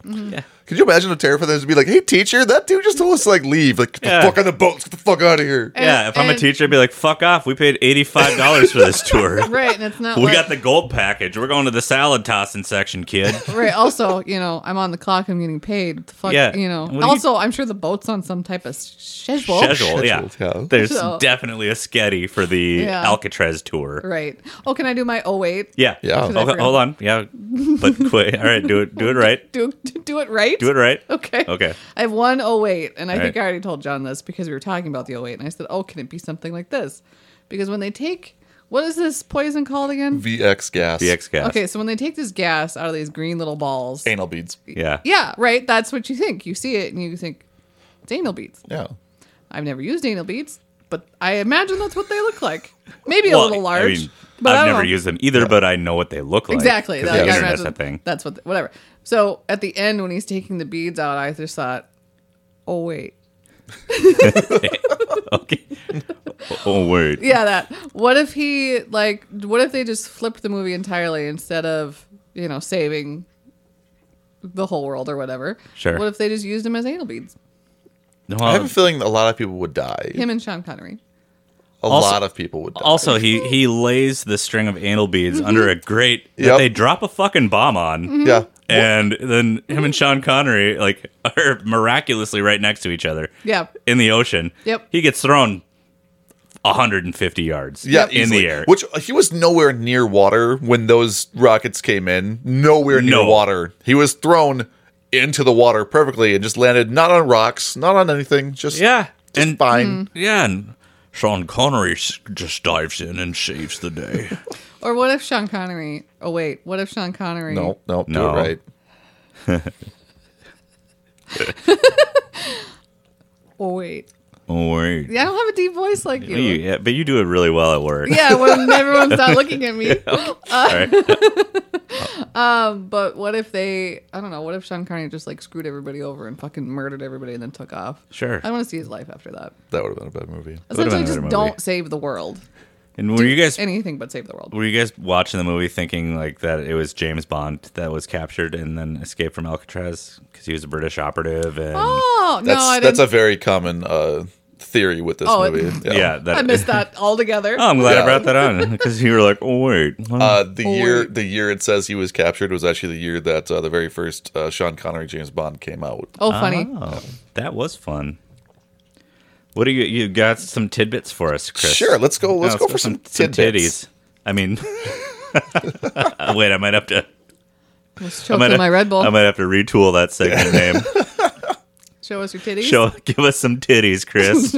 Speaker 5: Could you imagine how terrifying that is to be like, "Hey, teacher, that dude just told us to like leave. Like, get
Speaker 4: Yeah.
Speaker 5: the fuck on the boat. Let's Get the fuck out of here."
Speaker 4: yeah, if I'm a
Speaker 3: and-
Speaker 4: teacher, I'd be like, fuck off. We paid $85 for this tour.
Speaker 3: Right, and it's not.
Speaker 4: We
Speaker 3: like,
Speaker 4: got the gold package. We're going to the salad tossing section, kid.
Speaker 3: right. Also, you know, I'm on the clock. I'm getting paid. What the fuck,
Speaker 4: Yeah.
Speaker 3: you know.
Speaker 4: What do you-
Speaker 3: Also, I'm sure the boat's on some type of schedule.
Speaker 4: Schedule, yeah.
Speaker 5: Schedule, yeah.
Speaker 4: There's
Speaker 3: So-
Speaker 4: definitely a sketty for the
Speaker 3: Yeah.
Speaker 4: Alcatraz tour.
Speaker 3: Right. Oh, can I do my? Oh wait.
Speaker 4: Yeah.
Speaker 5: Yeah.
Speaker 3: Because I
Speaker 4: Okay,
Speaker 3: forgot.
Speaker 4: hold on. Yeah. But quit. All right. Do it. Do it right.
Speaker 3: Do do it right.
Speaker 4: Do it right.
Speaker 3: Okay.
Speaker 4: Okay.
Speaker 3: I have one 08, and I
Speaker 4: All
Speaker 3: think
Speaker 4: right.
Speaker 3: I already told John this because we were talking about the 08, and I said, "Oh, can it be something like this?" Because when they take what is this poison called again?
Speaker 5: VX gas.
Speaker 4: VX gas.
Speaker 3: Okay, so when they take this gas out of these green little balls,
Speaker 5: Anal beads.
Speaker 4: Yeah.
Speaker 3: yeah, right. That's what you think. You see it, and you think it's anal beads.
Speaker 5: Yeah.
Speaker 3: I've never used anal beads, but I imagine that's what they look like. Maybe a
Speaker 4: Well,
Speaker 3: little large.
Speaker 4: I mean,
Speaker 3: but
Speaker 4: I've
Speaker 3: I don't
Speaker 4: never
Speaker 3: know.
Speaker 4: used them either, but I know what they look like.
Speaker 3: Exactly.
Speaker 4: 'cause
Speaker 3: Like,
Speaker 4: the
Speaker 3: I
Speaker 4: internet's
Speaker 3: imagine
Speaker 4: a thing.
Speaker 3: That's what. whatever. So at the end, when he's taking the beads out, I just thought, oh wait,
Speaker 4: Okay. oh wait.
Speaker 3: yeah, that. What if he like? What if they just flipped the movie entirely instead of you know saving the whole world or whatever?
Speaker 4: Sure.
Speaker 3: What if they just used him as anal beads?
Speaker 5: I
Speaker 4: Um,
Speaker 5: have a feeling a lot of people would die.
Speaker 3: Him and Sean Connery.
Speaker 5: a
Speaker 4: Also-
Speaker 5: lot of people would die.
Speaker 4: also, he he lays the string of anal beads under a grate that
Speaker 5: Yep.
Speaker 4: they drop a fucking bomb on.
Speaker 3: Mm-hmm.
Speaker 5: yeah.
Speaker 4: And then him and Sean Connery like are miraculously right next to each other.
Speaker 3: Yeah.
Speaker 4: In the ocean.
Speaker 3: Yep.
Speaker 4: He gets thrown 150 yards.
Speaker 5: Yeah,
Speaker 4: In
Speaker 5: easily.
Speaker 4: the air.
Speaker 5: Which he was nowhere near water when those rockets came in. Nowhere near
Speaker 4: No.
Speaker 5: water. He was thrown into the water perfectly and just landed not on rocks, not on anything. Just
Speaker 4: yeah.
Speaker 5: just
Speaker 4: and
Speaker 5: fine.
Speaker 3: Mm.
Speaker 4: yeah, and Sean Connery s- just dives in and saves the day.
Speaker 3: Or what if Sean Connery? Oh wait, what if Sean Connery?
Speaker 5: No, no,
Speaker 4: No.
Speaker 5: do it right.
Speaker 3: Oh wait.
Speaker 4: oh wait.
Speaker 3: Yeah, I don't have a deep voice like you.
Speaker 4: You- yeah, but you do it really well at work.
Speaker 3: Yeah, when everyone's not looking at me. Uh, Um,
Speaker 4: All right.
Speaker 3: But what if they? I don't know. What if Sean Connery just like screwed everybody over and fucking murdered everybody and then took off?
Speaker 4: Sure.
Speaker 3: I want to see his life after that.
Speaker 5: That would have been a bad movie.
Speaker 4: would've been
Speaker 3: Essentially, just
Speaker 4: another movie.
Speaker 3: don't save the world.
Speaker 4: And were you guys
Speaker 3: Anything but save the world.
Speaker 4: were you guys watching the movie thinking like that it was James Bond that was captured and then escaped from Alcatraz because he was a British operative and
Speaker 3: Oh no,
Speaker 5: That's
Speaker 3: I didn't.
Speaker 5: that's a very common uh, theory with this
Speaker 3: Oh, it-
Speaker 5: movie.
Speaker 4: yeah, that,
Speaker 3: I missed that altogether.
Speaker 4: Oh, I'm glad I
Speaker 5: Yeah.
Speaker 4: brought that on because you were like, oh wait, what?
Speaker 5: Uh, the year
Speaker 3: wait.
Speaker 5: the year it says he was captured was actually the year that uh, the very first uh, Sean Connery James Bond came out.
Speaker 3: oh, funny.
Speaker 4: Oh, that was fun. What do you you got some tidbits for us, Chris?
Speaker 5: Sure, let's go. Let's
Speaker 4: No,
Speaker 5: go for some,
Speaker 4: titties.
Speaker 5: tidbits.
Speaker 4: I mean, wait, I might have to.
Speaker 3: Let's
Speaker 4: I
Speaker 3: choke
Speaker 4: might
Speaker 3: on
Speaker 4: have,
Speaker 3: my Red Bull.
Speaker 4: I might have to retool that segment name.
Speaker 3: show us your titties.
Speaker 4: Show, give us some titties, Chris.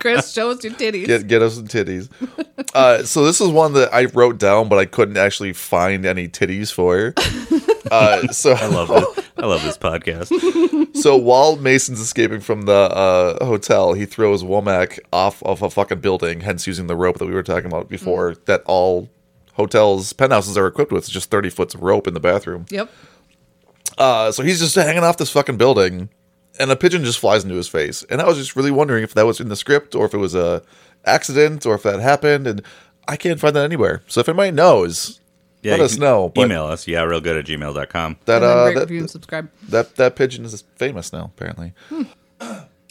Speaker 3: Chris, show us your titties.
Speaker 5: Get get us some titties. Uh, so this is one that I wrote down, but I couldn't actually find any titties for. Uh, so
Speaker 4: I love this. I love this podcast.
Speaker 5: So while Mason's escaping from the uh, hotel, he throws Womack off of a fucking building, hence using the rope that we were talking about before
Speaker 4: Mm.
Speaker 5: that all hotels, penthouses are equipped with. It's just 30 foot of rope in the bathroom.
Speaker 3: Yep.
Speaker 5: Uh, so he's just hanging off this fucking building, and a pigeon just flies into his face. And I was just really wondering if that was in the script or if it was a accident or if that happened. And I can't find that anywhere. So if anybody knows,
Speaker 4: Yeah,
Speaker 5: let
Speaker 4: you
Speaker 5: us
Speaker 4: can
Speaker 5: know. But
Speaker 4: Email us. Yeah, real good at gmail.com.
Speaker 5: that,
Speaker 3: And then
Speaker 5: uh,
Speaker 3: rate, review, and
Speaker 5: that,
Speaker 3: subscribe.
Speaker 5: that that pigeon is famous now, apparently.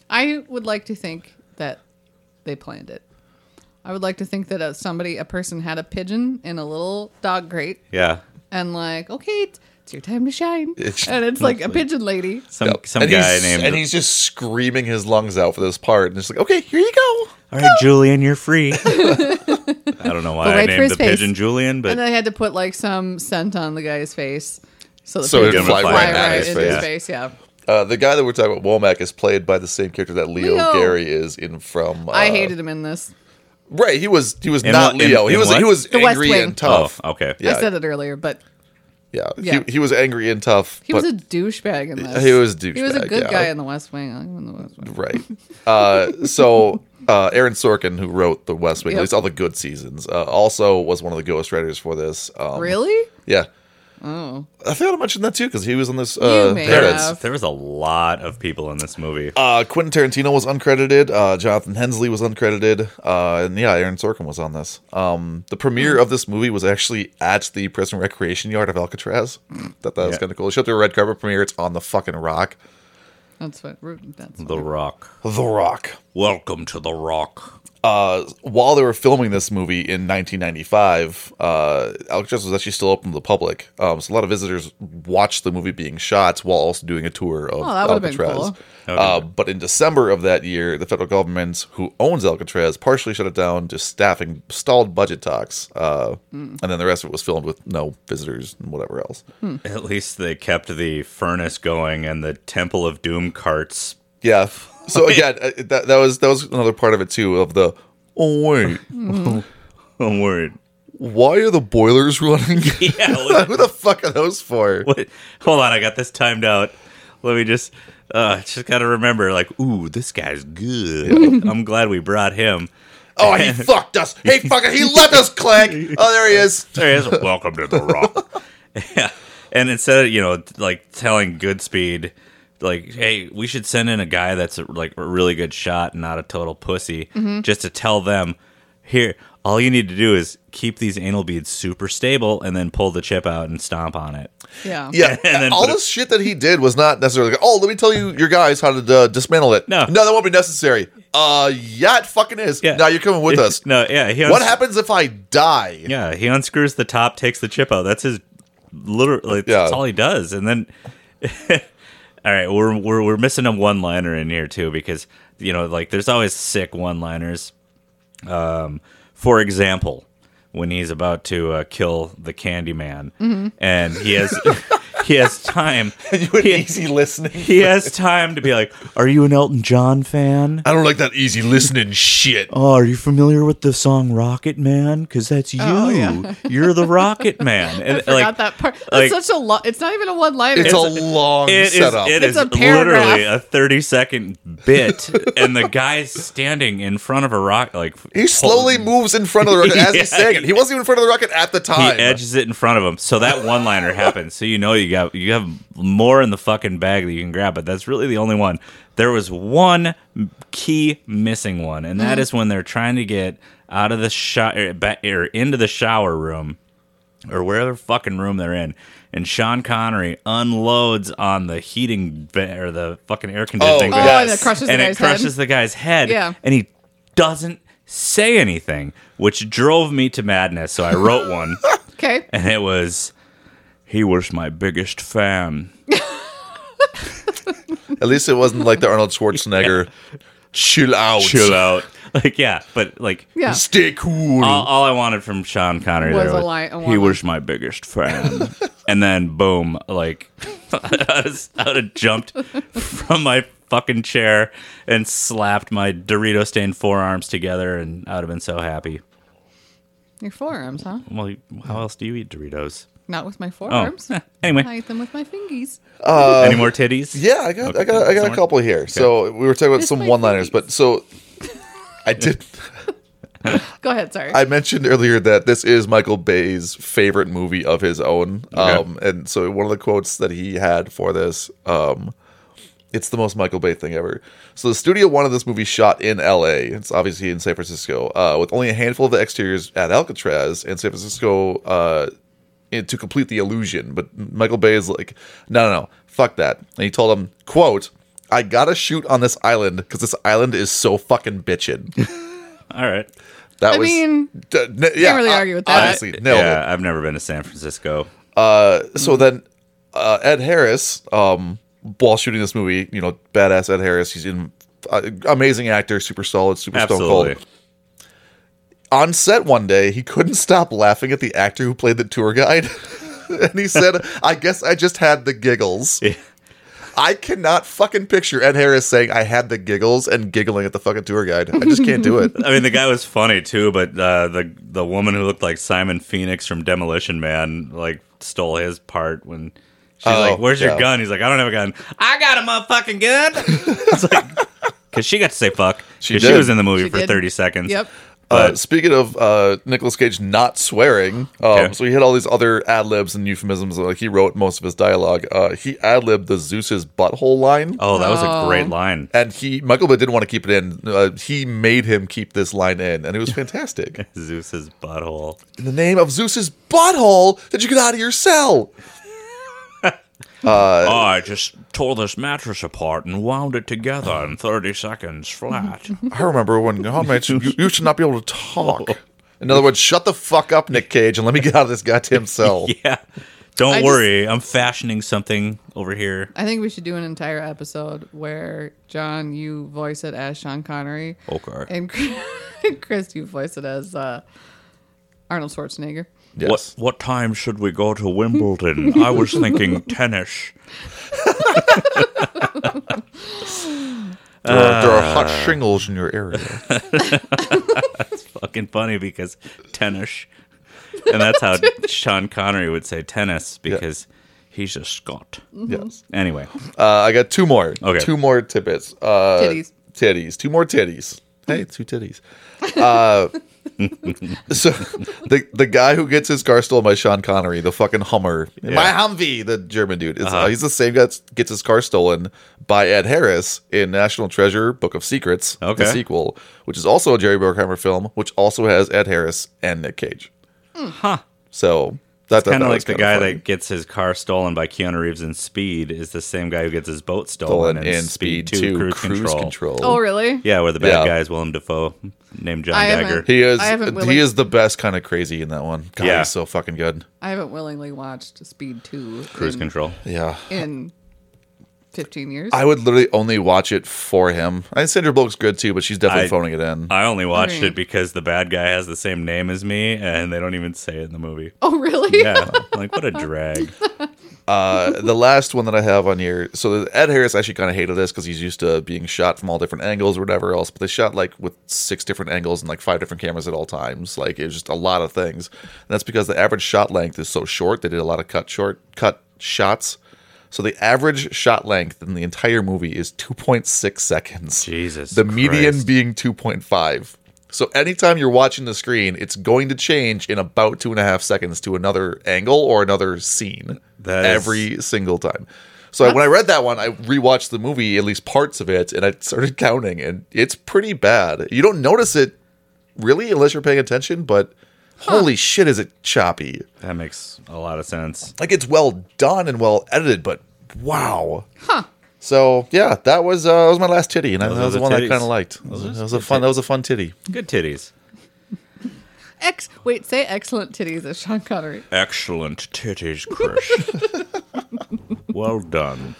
Speaker 3: I would like to think that they planned it. I would like to think that uh, somebody, a person, had a pigeon in a little dog crate,
Speaker 4: Yeah.
Speaker 3: and like, okay, it's, it's your time to shine,
Speaker 5: It's-
Speaker 3: and it's like a pigeon lady.
Speaker 4: Some
Speaker 5: Yep.
Speaker 4: some
Speaker 5: and
Speaker 4: guy
Speaker 5: he's,
Speaker 4: named.
Speaker 5: and he's just screaming his lungs out for this part, and it's like, okay, here you go.
Speaker 4: All right, Julian, you're free. I don't know why
Speaker 3: But
Speaker 4: I
Speaker 3: right for
Speaker 4: named
Speaker 3: his
Speaker 4: the
Speaker 3: face.
Speaker 4: pigeon Julian, but
Speaker 3: And they had to put like some scent on the guy's face, so the
Speaker 5: So
Speaker 3: pigeon
Speaker 5: it'd
Speaker 4: Gonna
Speaker 5: fly
Speaker 4: fly
Speaker 5: right,
Speaker 3: fly
Speaker 4: right
Speaker 5: at
Speaker 3: right
Speaker 5: his
Speaker 3: into
Speaker 5: face.
Speaker 3: his face. Yeah,
Speaker 5: Uh, the guy that we're talking about, Womack, is played by the same character that Leo,
Speaker 3: Leo.
Speaker 5: Gary is in from. Uh,
Speaker 3: I hated him in this.
Speaker 5: Right, he was he was
Speaker 4: In
Speaker 5: not
Speaker 4: what- in-
Speaker 5: Leo. he
Speaker 4: in
Speaker 5: was
Speaker 4: what?
Speaker 5: he was
Speaker 3: The West
Speaker 5: angry
Speaker 3: Wing.
Speaker 5: and tough.
Speaker 4: Oh, okay.
Speaker 5: Yeah.
Speaker 3: I said it earlier, but
Speaker 5: Yeah,
Speaker 3: Yeah.
Speaker 5: He, he was angry and tough.
Speaker 3: he
Speaker 5: but,
Speaker 3: was a douchebag in this.
Speaker 5: He was a
Speaker 3: He was a
Speaker 5: douchebag,
Speaker 3: good
Speaker 5: yeah.
Speaker 3: guy in the West Wing. I like him in the West Wing.
Speaker 5: right. Uh, so uh, Aaron Sorkin, who wrote The West Wing,
Speaker 3: Yep.
Speaker 5: at least all the good seasons, uh, also was one of the ghostwriters for this. Um,
Speaker 3: Really?
Speaker 5: Yeah.
Speaker 3: Oh,
Speaker 5: I forgot to mention that too because he was on this.
Speaker 3: you
Speaker 5: Uh,
Speaker 3: may
Speaker 5: there it is.
Speaker 3: have.
Speaker 4: There was a lot of people in this movie.
Speaker 5: Uh, Quentin Tarantino was uncredited. Uh, Jonathan Hensley was uncredited. Uh, and yeah, Aaron Sorkin was on this. Um, the premiere of this movie was actually at the Prison Recreation Yard of Alcatraz. Thought that was
Speaker 4: Yeah.
Speaker 5: kind of cool. Showed up to a red carpet premiere. It's on the fucking Rock.
Speaker 3: That's what. That's
Speaker 4: The Rock.
Speaker 5: The Rock.
Speaker 4: Welcome to The Rock.
Speaker 5: Uh, while they were filming this movie in 1995, uh, Alcatraz was actually still open to the public. Um, so a lot of visitors watched the movie being shot while also doing a tour of
Speaker 3: Oh, that would've been
Speaker 5: Alcatraz.
Speaker 3: cool.
Speaker 5: Uh, but in December of that year, the federal government, who owns Alcatraz, partially shut it down to staffing stalled budget talks, uh,
Speaker 3: Hmm.
Speaker 5: and then the rest of it was filmed with no visitors and whatever else.
Speaker 4: At least they kept the furnace going and the Temple of Doom carts.
Speaker 5: Yeah. So again, uh, that, that was that was another part of it too of the oh wait,
Speaker 4: Oh, word.
Speaker 5: why are the boilers running?
Speaker 4: Yeah. look-
Speaker 5: Who the fuck are those for?
Speaker 4: what- hold on, I got this timed out. Let me just, uh, just gotta remember, like, ooh, this guy's good. I'm glad we brought him.
Speaker 5: Oh, he fucked us. He fucking he let us clank. Oh, there he is.
Speaker 4: There he is. Welcome to the Rock. yeah. And instead of, you know, like telling Goodspeed, like, hey, we should send in a guy that's like a really good shot and not a total pussy, just to tell them, here, all you need to do is keep these anal beads super stable and then pull the chip out and stomp on it.
Speaker 3: yeah.
Speaker 5: Yeah,
Speaker 4: And then
Speaker 5: all
Speaker 4: put a-
Speaker 5: this shit that he did was not necessarily. Like, oh, let me tell you, your guys, how to uh, dismantle it.
Speaker 4: No.
Speaker 5: no, that won't be necessary. Uh, yeah, it fucking is.
Speaker 4: Yeah.
Speaker 5: Now you're coming with us.
Speaker 4: no, yeah. He
Speaker 5: What
Speaker 4: uns-
Speaker 5: happens if I die?
Speaker 4: Yeah. He unscrews the top, takes the chip out. That's his literally, like, that's
Speaker 5: Yeah.
Speaker 4: all he does. And then. All right, we're we're we're missing a one liner in here too because you know like there's always sick one liners. Um, for example, when he's about to uh, kill the Candyman, and he has he has time. he,
Speaker 5: listening.
Speaker 4: he has time to be like, "Are you an Elton John fan?
Speaker 5: I don't like that easy listening shit.
Speaker 4: Oh, are you familiar with the song Rocket Man? Because that's you.
Speaker 3: Oh, yeah.
Speaker 4: You're the Rocket Man." And,
Speaker 3: I forgot
Speaker 4: like,
Speaker 3: that part. That's
Speaker 4: like-
Speaker 3: such a lot. It's not even a one liner.
Speaker 5: It's, a long
Speaker 4: It is.
Speaker 5: setup.
Speaker 4: It
Speaker 3: It's
Speaker 4: is
Speaker 3: a paragraph.
Speaker 4: literally a thirty second bit, and the guy's standing in front of a rock. Like
Speaker 5: he slowly moves in front of the rocket as
Speaker 4: Yeah.
Speaker 5: he's saying it. He wasn't even in front of the rocket at the
Speaker 4: he
Speaker 5: time.
Speaker 4: edges it in front of him, so that one liner happens. So you know you got you have more in the fucking bag that you can grab, but that's really the only one. There was one key missing one, and
Speaker 5: Mm-hmm.
Speaker 4: that is when they're trying to get out of the shower or er, into the shower room or wherever fucking room they're in. And Sean Connery unloads on the heating vent or the fucking air conditioning. vent.
Speaker 5: Oh,
Speaker 3: oh,
Speaker 5: yes.
Speaker 3: and it crushes
Speaker 4: and
Speaker 3: the
Speaker 4: it
Speaker 3: guy's
Speaker 4: crushes
Speaker 3: head.
Speaker 4: the guy's head.
Speaker 3: Yeah.
Speaker 4: And he doesn't say anything, which drove me to madness. So I wrote one,
Speaker 3: okay.
Speaker 4: and it was, "He was my biggest fan."
Speaker 5: At least it wasn't like the Arnold Schwarzenegger. Chill out.
Speaker 4: Chill out. Uh, Like yeah, but like
Speaker 3: Yeah.
Speaker 5: Stay cool.
Speaker 4: all, all I wanted from Sean Connery
Speaker 3: Was
Speaker 4: there
Speaker 3: a
Speaker 4: was,
Speaker 3: line- a
Speaker 4: he
Speaker 3: one
Speaker 4: was my biggest fan. and then boom, like I just- I would have jumped from my fucking chair and slapped my Dorito stained forearms together, and I would have been so happy.
Speaker 3: Your forearms, huh?
Speaker 4: Well, you- how else do you eat Doritos?
Speaker 3: Not with my
Speaker 4: Oh,
Speaker 3: forearms.
Speaker 4: eh, anyway,
Speaker 3: I eat them with my fingies.
Speaker 4: any more titties?
Speaker 5: Uh, Yeah, I got, I got, I got a
Speaker 4: Somewhere?
Speaker 5: couple here. So we were talking about
Speaker 3: This
Speaker 5: some
Speaker 3: might be
Speaker 5: one-liners,
Speaker 3: easy.
Speaker 5: but so I did.
Speaker 3: Go ahead. Sorry.
Speaker 5: I mentioned earlier that this is Michael Bay's favorite movie of his own, um, and so one of the quotes that he had for this, um, it's the most Michael Bay thing ever. So the studio wanted this movie shot in L.A. It's obviously in San Francisco, uh, with only a handful of the exteriors at Alcatraz and San Francisco. Uh, in- to complete the illusion. But Michael Bay is like, no, no, no, fuck that. And he told him, quote, I gotta shoot on this island because this island is so fucking bitchin.
Speaker 4: All right.
Speaker 5: That
Speaker 3: I
Speaker 5: was,
Speaker 3: mean,
Speaker 5: d- n- yeah,
Speaker 3: really
Speaker 5: uh,
Speaker 3: argue with that.
Speaker 5: Honestly, nailed it.
Speaker 4: yeah, I've never been to San Francisco.
Speaker 5: so then uh, Ed Harris, um, while shooting this movie, you know, badass Ed Harris, he's in uh, amazing actor, super solid, super stone
Speaker 4: Absolutely.
Speaker 5: cold. On set one day, he couldn't stop laughing at the actor who played the tour guide. and he said, I guess I just had the giggles.
Speaker 4: Yeah.
Speaker 5: I cannot fucking picture Ed Harris saying I had the giggles and giggling at the fucking tour guide. I just can't do it.
Speaker 4: I mean, the guy was funny too, but uh, the the woman who looked like Simon Phoenix from Demolition Man like stole his part when she's
Speaker 5: Oh,
Speaker 4: like, "Where's
Speaker 5: yeah.
Speaker 4: your gun?" He's like, "I don't have a gun. I got a motherfucking gun." it's like because she got to say fuck.
Speaker 5: She
Speaker 4: 'Cause
Speaker 5: did.
Speaker 4: was in the movie
Speaker 3: She
Speaker 4: for
Speaker 3: did.
Speaker 4: thirty seconds.
Speaker 3: yep.
Speaker 5: Uh,
Speaker 4: But-
Speaker 5: speaking of uh, Nicolas Cage not swearing, um,
Speaker 4: Okay.
Speaker 5: so he had all these other ad libs and euphemisms. Like he wrote most of his dialogue. Uh, he ad libbed the Zeus's butthole line,
Speaker 4: Oh, that was a
Speaker 3: Oh.
Speaker 4: great line.
Speaker 5: and he Michael Bay didn't want to keep it in. Uh, he made him keep this line in, and it was fantastic.
Speaker 4: Zeus's butthole.
Speaker 5: in the name of Zeus's butthole, did you get out of your cell?
Speaker 4: Oh, I just tore this mattress apart and wound it together in 30 seconds flat.
Speaker 5: I remember when Godmates, you, you should not be able to talk. In other words, shut the fuck up, Nick Cage, and let me get out of this goddamn cell.
Speaker 4: yeah. Don't
Speaker 3: I just-
Speaker 4: worry. I'm fashioning something over here.
Speaker 3: I think we should do an entire episode where John, you voice it as Sean Connery,
Speaker 4: Okay.
Speaker 3: and Chris, you voice it as uh, Arnold Schwarzenegger.
Speaker 5: Yes.
Speaker 4: What, what time should we go to Wimbledon? I was thinking tennis.
Speaker 5: There, are, there are hot
Speaker 4: Ah.
Speaker 5: shingles in your area.
Speaker 4: fucking funny because tennis. And that's how Sean Connery would say tennis because he's a Scot.
Speaker 5: yes.
Speaker 4: Anyway,
Speaker 5: Uh, I got two more.
Speaker 4: Okay.
Speaker 5: Two more tidbits. Uh,
Speaker 3: Titties.
Speaker 5: Titties. Two more titties. Hey, two titties. Uh, so the the guy who gets his car stolen by Sean Connery, the fucking Hummer, my Humvee, the German dude. It's, uh
Speaker 4: Uh-huh.
Speaker 5: he's the same guy that gets his car stolen by Ed Harris in National Treasure: Book of Secrets,
Speaker 4: Okay.
Speaker 5: the sequel, which is also a Jerry Bruckheimer film, which also has Ed Harris and Nick Cage.
Speaker 4: Hmm.
Speaker 5: So that's
Speaker 4: kind of like the guy that gets his car stolen by Keanu Reeves in Speed is the same guy who gets his boat stolen,
Speaker 5: stolen
Speaker 4: in,
Speaker 5: in Speed
Speaker 4: Two,
Speaker 5: Two Cruise Control.
Speaker 3: Oh, really?
Speaker 4: Yeah, where the bad
Speaker 5: Yeah.
Speaker 4: guy is Willem Dafoe, named John
Speaker 3: I haven't-
Speaker 4: Dagger.
Speaker 5: He is
Speaker 3: I haven't
Speaker 5: he
Speaker 3: really-
Speaker 5: is the best kind of crazy in that one. God,
Speaker 4: Yeah.
Speaker 5: he's so fucking good.
Speaker 3: I haven't willingly watched Speed Two
Speaker 4: Cruise
Speaker 3: in,
Speaker 4: Control.
Speaker 5: Yeah.
Speaker 3: in fifteen years.
Speaker 5: I would literally only watch it for him. I think Sandra Bullock's good too, but she's definitely
Speaker 4: I-
Speaker 5: phoning it in.
Speaker 4: I only watched
Speaker 3: Okay.
Speaker 4: it because the bad guy has the same name as me, and they don't even say it in the movie.
Speaker 3: oh, really?
Speaker 4: Yeah, like what a drag.
Speaker 5: Uh, the last one that I have on here. So Ed Harris actually kind of hated this because he's used to being shot from all different angles or whatever else. But they shot like with six different angles and like five different cameras at all times. Like it was just a lot of things. And that's because the average shot length is so short. They did a lot of cut short cut shots. So the average shot length in the entire movie is 2.6 seconds.
Speaker 4: Jesus,
Speaker 5: the median
Speaker 4: Christ.
Speaker 5: being 2.5 so anytime you're watching the screen it's going to change in about two and a half seconds to another angle or another scene
Speaker 4: That is-
Speaker 5: every single time so I, when i read that one i rewatched the movie at least parts of it and i started counting and it's pretty bad you don't notice it really unless you're paying attention but holy shit is it choppy
Speaker 4: that makes a lot of sense.
Speaker 5: like it's well done and well edited but wow huh so yeah, that was uh, that was my last titty, and I
Speaker 4: Those
Speaker 5: that
Speaker 4: are
Speaker 5: was the
Speaker 4: the
Speaker 5: one I
Speaker 4: titties.
Speaker 5: kind of liked. That was, that was a fun. That was a fun titty.
Speaker 4: Good titties.
Speaker 3: Ex. Wait, say excellent titties as Sean Connery.
Speaker 4: Excellent titties, Chris. well done.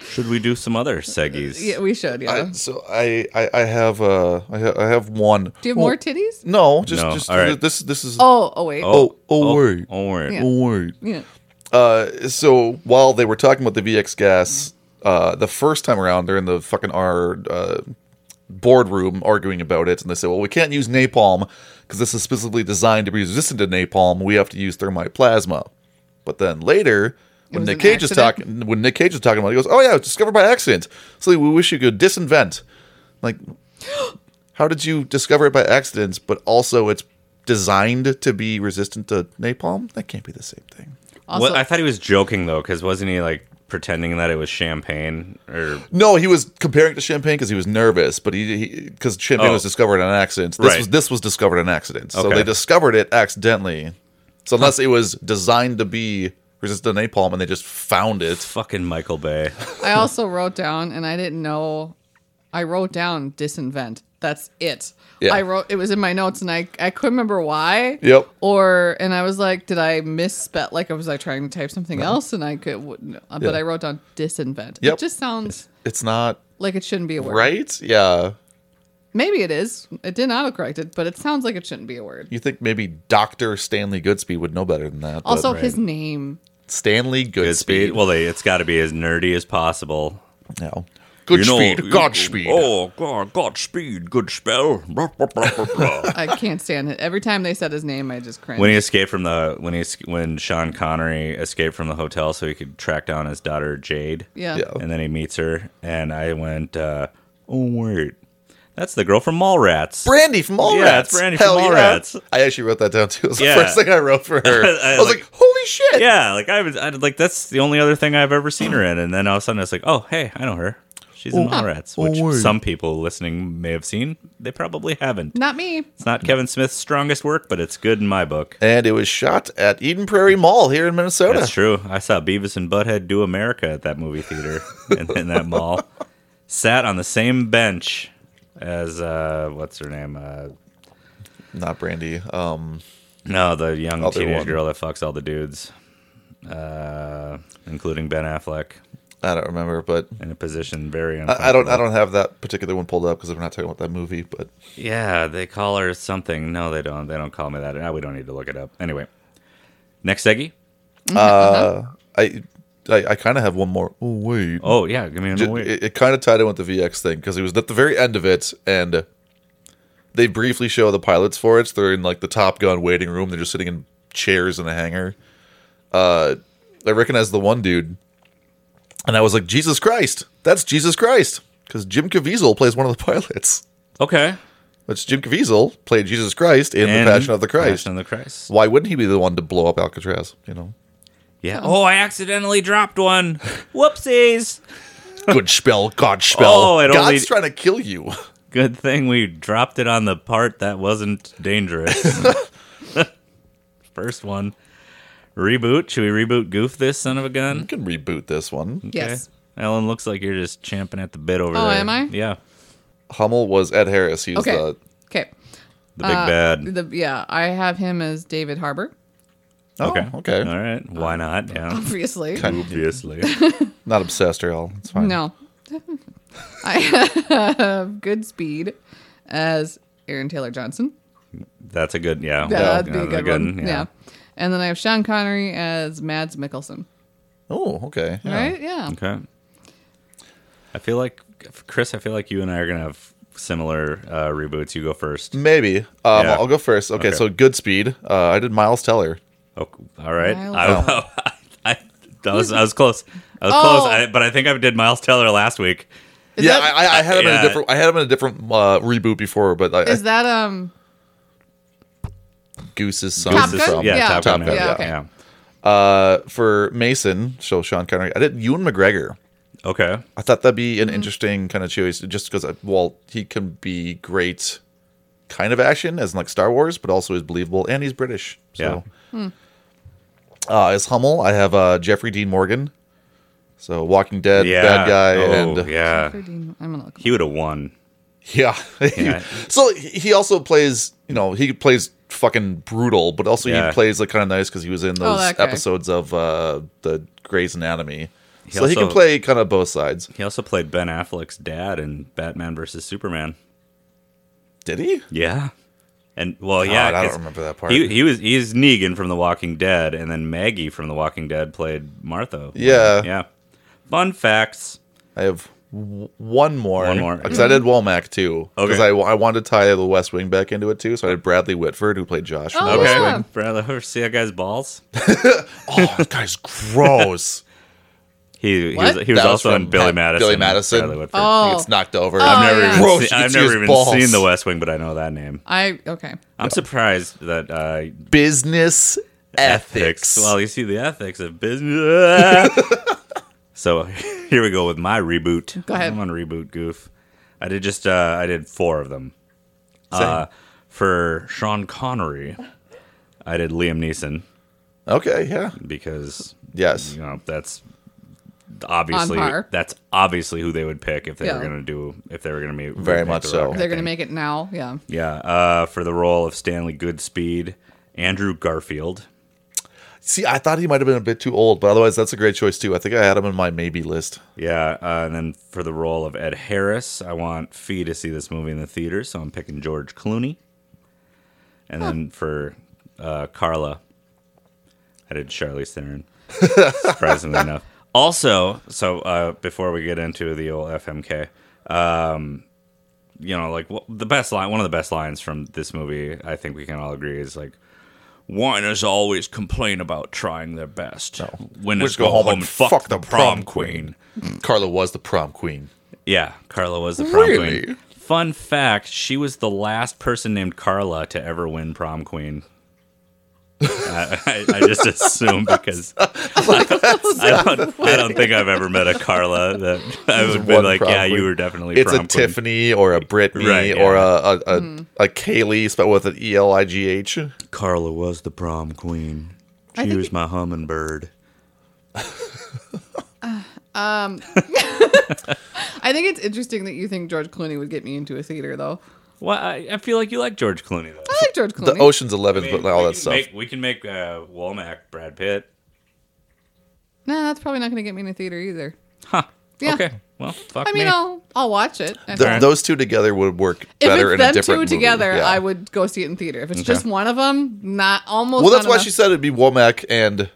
Speaker 4: Should we do some other seggies?
Speaker 3: Yeah, we should. Yeah.
Speaker 4: Uh-huh.
Speaker 5: I, so I, I I have uh I, ha- I have one.
Speaker 3: Do you have
Speaker 5: Well,
Speaker 3: more titties?
Speaker 5: No, just
Speaker 4: No,
Speaker 5: just
Speaker 4: all right.
Speaker 5: this this is.
Speaker 3: Oh, oh wait.
Speaker 5: Oh, oh, wait.
Speaker 4: Oh, wait.
Speaker 3: Yeah.
Speaker 5: Oh, wait.
Speaker 3: Yeah.
Speaker 5: Uh, so while they were talking about the VX gas, uh, the first time around they're in the fucking our uh, boardroom arguing about it, and they say, "Well, we can't use napalm because this is specifically designed to be resistant to napalm. We have to use thermite plasma." But then later, when
Speaker 3: was
Speaker 5: Nick
Speaker 3: an
Speaker 5: Cage is
Speaker 3: accident.
Speaker 5: talking, when Nick Cage is talking about, it, he goes, "Oh yeah, it was discovered by accident. So we wish you could disinvent." Like, how did you discover it by accident? But also, it's designed to be resistant to napalm. That can't be the same thing.
Speaker 3: Also,
Speaker 4: Well, I thought he was joking though, because wasn't he like pretending that it was champagne or
Speaker 5: No, he was comparing it to champagne because he was nervous, but he because champagne
Speaker 4: Oh.
Speaker 5: was discovered in an accident. This
Speaker 4: Right.
Speaker 5: was this was discovered in an accident. So
Speaker 4: Okay.
Speaker 5: they discovered it accidentally. So unless it was designed to be resistant to napalm and they just found it.
Speaker 4: fucking Michael Bay?
Speaker 3: I also wrote down, and I didn't know. I wrote down disinvent. That's it.
Speaker 5: Yeah.
Speaker 3: I wrote it was in my notes, and I I couldn't remember why.
Speaker 5: Yep.
Speaker 3: Or and I was like, did I misspell? Like I was like trying to type something else, and I could. w- no, Uh, But
Speaker 5: Yeah.
Speaker 3: I wrote down disinvent.
Speaker 5: Yep.
Speaker 3: It just sounds
Speaker 5: It's not
Speaker 3: like it shouldn't be a word.
Speaker 5: right? Yeah.
Speaker 3: Maybe it is. It didn't autocorrect it, but it sounds like it shouldn't be a word.
Speaker 5: You think maybe Dr. Stanley Goodspeed would know better than that. but-
Speaker 3: Also, his name.
Speaker 5: Stanley
Speaker 4: Good
Speaker 5: Goodspeed.
Speaker 4: speed. Well, they, it's got to be as nerdy as possible.
Speaker 5: no.
Speaker 4: You know-
Speaker 5: Goodspeed.
Speaker 4: you-
Speaker 5: Godspeed.
Speaker 4: Oh God, Godspeed. Good spell. Blah, blah, blah, blah, blah.
Speaker 3: I can't stand it. Every time they said his name, I just cringed.
Speaker 4: when he escaped from the when he es- when Sean Connery escaped from the hotel so he could track down his daughter Jade.
Speaker 3: yeah.
Speaker 5: Yeah.
Speaker 4: and then he meets her, and I went, uh, "Oh wait, That's the girl from Mallrats.
Speaker 5: Brandy from Mallrats.
Speaker 4: Yeah, it's Brandy
Speaker 5: Hell
Speaker 4: from
Speaker 5: yeah.
Speaker 4: Mallrats.
Speaker 5: I actually wrote that down too. It was
Speaker 4: Yeah.
Speaker 5: the first thing I wrote for her.
Speaker 4: I
Speaker 5: I, was
Speaker 4: like-
Speaker 5: like, holy shit.
Speaker 4: yeah, like I was I, like that's the only other thing I've ever seen her in, and then all of a sudden it's like, oh hey, I know her. She's in Mallrats, which
Speaker 5: word.
Speaker 4: some people listening may have seen. They probably haven't.
Speaker 3: Not me.
Speaker 4: It's not Kevin Smith's strongest work, but it's good in my book.
Speaker 5: And it was shot at Eden Prairie Mall here in Minnesota.
Speaker 4: That's true. I saw Beavis and Butthead do America at that movie theater in, in that mall. Sat on the same bench as uh, what's her name? Uh,
Speaker 5: Not Brandy. Um,
Speaker 4: no, the young
Speaker 5: Other
Speaker 4: teenage
Speaker 5: one.
Speaker 4: girl that fucks all the dudes, uh, including Ben Affleck,
Speaker 5: I don't remember, but
Speaker 4: in a position very.
Speaker 5: I, I don't. I don't have that particular one pulled up because we're not talking about that movie. But
Speaker 4: Yeah, they call her something. No, they don't. They don't call me that. Ah, we don't need to look it up. Anyway, next Seggy.
Speaker 5: I, I, I kind of have one more. Oh wait.
Speaker 4: Oh yeah, give me
Speaker 5: Ju-
Speaker 4: another. wait.
Speaker 5: it, kind of tied in with the VX thing because it was at the very end of it, and they briefly show the pilots for it. They're in like the Top Gun waiting room. They're just sitting in chairs in a hangar. Uh, I recognize the one dude, and I was like, Jesus Christ, that's Jesus Christ, because Jim Caviezel plays one of the pilots.
Speaker 4: okay.
Speaker 5: Which Jim Caviezel played Jesus Christ in
Speaker 4: And
Speaker 5: the Passion of the Christ.
Speaker 4: Passion of the Christ.
Speaker 5: Why wouldn't he be the one to blow up Alcatraz? You know,
Speaker 4: Yeah. Oh, I accidentally dropped one. Whoopsies.
Speaker 5: good spell, God spell.
Speaker 4: Oh, it
Speaker 5: God's
Speaker 4: only-
Speaker 5: trying to kill you.
Speaker 4: Good thing we dropped it on the part that wasn't dangerous. First one. Reboot. Should we reboot Goof this son of a
Speaker 5: You
Speaker 4: gun?
Speaker 5: can reboot this one.
Speaker 3: Yes.
Speaker 4: Okay. Ellen looks like you're just champing at the bit over
Speaker 3: Oh,
Speaker 4: there.
Speaker 3: am I?
Speaker 4: Yeah.
Speaker 5: Hummel was Ed Harris. He was
Speaker 3: Okay.
Speaker 5: the
Speaker 3: Okay. Uh,
Speaker 4: The big bad.
Speaker 3: The, yeah, I have him as David Harbor,
Speaker 5: Oh,
Speaker 4: okay.
Speaker 5: okay.
Speaker 4: All right. Why not? Yeah.
Speaker 3: obviously.
Speaker 4: Obviously.
Speaker 5: Not obsessed or all. It's fine.
Speaker 3: No. I have good speed as Aaron Taylor Johnson.
Speaker 4: That's a good, yeah.
Speaker 3: Yeah,
Speaker 4: Well,
Speaker 3: that'd be a
Speaker 4: yeah,
Speaker 3: good, one. Yeah. And then I have Sean Connery as Mads Mikkelsen.
Speaker 5: Oh, okay. Yeah.
Speaker 3: Right? Yeah.
Speaker 4: Okay. I feel like, Chris, I feel like you and I are going to have similar uh, reboots. You go first.
Speaker 5: Maybe. Um,
Speaker 4: Yeah.
Speaker 5: I'll go first. Okay,
Speaker 4: Okay.
Speaker 5: so good speed. Uh, I did Miles Teller.
Speaker 4: Oh, all right.
Speaker 3: Miles
Speaker 4: I,
Speaker 3: Teller.
Speaker 4: I, I, I was, I was close. I was
Speaker 3: Oh.
Speaker 4: close. I, but I think I did Miles Teller last week.
Speaker 5: yeah,
Speaker 3: that-
Speaker 5: I, I, I had him in
Speaker 4: Yeah.
Speaker 5: a different. I had him in a different uh, reboot before, but I,
Speaker 3: Is that um
Speaker 5: Goose's son.
Speaker 3: Top
Speaker 4: This
Speaker 3: Gun?
Speaker 4: yeah,
Speaker 3: Yeah.
Speaker 4: Top,
Speaker 5: Top
Speaker 4: Gun.
Speaker 5: Gun,
Speaker 4: Yeah,
Speaker 3: yeah. okay.
Speaker 4: yeah.
Speaker 5: Uh, for Mason, so Sean Connery. I did Ewan McGregor.
Speaker 4: Okay.
Speaker 5: I thought that'd be
Speaker 3: Mm-hmm.
Speaker 5: an interesting kind of choice, just because well, he can be great, kind of action as in like Star Wars, but also is believable and he's British. So,
Speaker 3: Hmm.
Speaker 5: uh, as Hummel, I have uh, Jeffrey Dean Morgan, so Walking Dead
Speaker 4: Yeah.
Speaker 5: bad guy,
Speaker 4: Oh,
Speaker 5: and
Speaker 4: yeah.
Speaker 3: I'm gonna look.
Speaker 4: He would have won.
Speaker 5: yeah.
Speaker 4: Yeah.
Speaker 5: so he also plays, you know, he plays fucking brutal, but also
Speaker 4: Yeah.
Speaker 5: he plays like kind of nice because he was in those
Speaker 3: Oh, that guy.
Speaker 5: episodes of uh, the Grey's Anatomy. so he can
Speaker 4: also-
Speaker 5: play kind of both sides.
Speaker 4: He also played Ben Affleck's dad in Batman versus Superman.
Speaker 5: Did he?
Speaker 4: Yeah. And well, yeah,
Speaker 5: God, I don't
Speaker 4: 'cause
Speaker 5: remember that part.
Speaker 4: He, he was he's Negan from The Walking Dead, and then Maggie from The Walking Dead played Martha.
Speaker 5: Yeah.
Speaker 4: yeah. Fun facts.
Speaker 5: I have w- one more.
Speaker 4: One more.
Speaker 5: Because I did
Speaker 3: Mm-hmm.
Speaker 5: Walmack too.
Speaker 4: Okay.
Speaker 5: Because I, I wanted to tie the West Wing back into it too. So I had Bradley Whitford who played Josh. from
Speaker 3: Oh,
Speaker 5: the
Speaker 4: Okay,
Speaker 5: West
Speaker 3: yeah.
Speaker 5: Wing.
Speaker 4: brother, ever see that guy's balls?
Speaker 5: Oh, that guy's gross.
Speaker 4: He he
Speaker 3: What?
Speaker 4: was, he was
Speaker 5: That was
Speaker 4: also in
Speaker 5: from
Speaker 4: Billy
Speaker 5: Pat-
Speaker 4: Madison.
Speaker 5: Billy Madison.
Speaker 4: Bradley Whitford.
Speaker 3: Oh.
Speaker 5: He gets knocked over.
Speaker 3: I've
Speaker 4: I've never
Speaker 3: yeah.
Speaker 4: even,
Speaker 5: Gross,
Speaker 4: seen,
Speaker 5: you
Speaker 4: I've
Speaker 5: can see
Speaker 4: never
Speaker 5: his
Speaker 4: even seen
Speaker 5: balls.
Speaker 4: The West Wing, but I know that name.
Speaker 3: I okay.
Speaker 4: I'm surprised that uh,
Speaker 5: Business ethics.
Speaker 4: Well, you see the ethics of business. so here we go with my reboot.
Speaker 3: Go ahead.
Speaker 4: I'm on reboot goof. I did just uh, I did four of them. Uh, for Sean Connery, I did Liam Neeson
Speaker 5: okay, yeah.
Speaker 4: because
Speaker 5: Yes.
Speaker 4: you know that's obviously
Speaker 3: On par.
Speaker 4: that's obviously who they would pick if they
Speaker 3: Yeah.
Speaker 4: were going to do if they were going to meet
Speaker 5: Very much so.
Speaker 3: They're gonna make it now. Yeah.
Speaker 4: yeah uh, for the role of Stanley Goodspeed, Andrew Garfield.
Speaker 5: See, I thought he might have been a bit too old, but otherwise, that's a great choice too. I think I had him in my maybe list.
Speaker 4: Yeah, uh, and then for the role of Ed Harris, I want Fee to see this movie in the theater, so I'm picking George Clooney. And then for uh, Carla, I did Charlize Theron, surprisingly enough. Also, so uh, before we get into the old FMK, um, you know, like wh- the best line, one of the best lines from this movie, I think we can all agree, is like, "Whiners always complain about trying their best. Winners
Speaker 5: Just go home and fuck the prom queen." Carla was the prom queen.
Speaker 4: yeah, Carla was the prom
Speaker 5: Really?
Speaker 4: queen. Fun fact: She was the last person named Carla to ever win prom queen. I, I, I just assume because I don't, I don't think I've ever met a Carla that I would be
Speaker 5: one
Speaker 4: like,
Speaker 5: prom
Speaker 4: yeah, you
Speaker 5: queen.
Speaker 4: were definitely
Speaker 5: It's a
Speaker 4: prom queen."
Speaker 5: Tiffany or a Brittany
Speaker 4: Right,
Speaker 5: or a
Speaker 4: yeah.
Speaker 5: a, a,
Speaker 3: Mm-hmm.
Speaker 5: a Kaylee spelled with an E L I G H.
Speaker 4: Carla was the prom queen.
Speaker 3: I
Speaker 4: She
Speaker 3: think-
Speaker 4: was my hummingbird.
Speaker 3: I think it's interesting that you think George Clooney would get me into a theater, though.
Speaker 4: Well, I, I feel like you like George Clooney though.
Speaker 3: I like George
Speaker 5: The
Speaker 3: Clooney.
Speaker 5: Ocean's Eleven,
Speaker 4: We-
Speaker 5: but all
Speaker 4: we
Speaker 5: that
Speaker 4: can
Speaker 5: stuff.
Speaker 4: make- we can make uh, Womack Brad Pitt.
Speaker 3: no, that's probably not going to get me in a theater either.
Speaker 4: Huh.
Speaker 3: Yeah.
Speaker 4: Okay. Well, fuck
Speaker 3: I mean,
Speaker 4: me.
Speaker 3: I'll I'll watch it. I
Speaker 5: Th-
Speaker 3: think.
Speaker 5: Those two together would work
Speaker 3: if
Speaker 5: better
Speaker 3: it's
Speaker 5: in a
Speaker 3: them
Speaker 5: different
Speaker 3: two
Speaker 5: movie.
Speaker 3: together,
Speaker 5: Yeah.
Speaker 3: I would go see it in theater. If it's just one of them, not almost.
Speaker 5: Well, that's
Speaker 3: not
Speaker 5: why
Speaker 3: enough.
Speaker 5: she said it'd be Womack and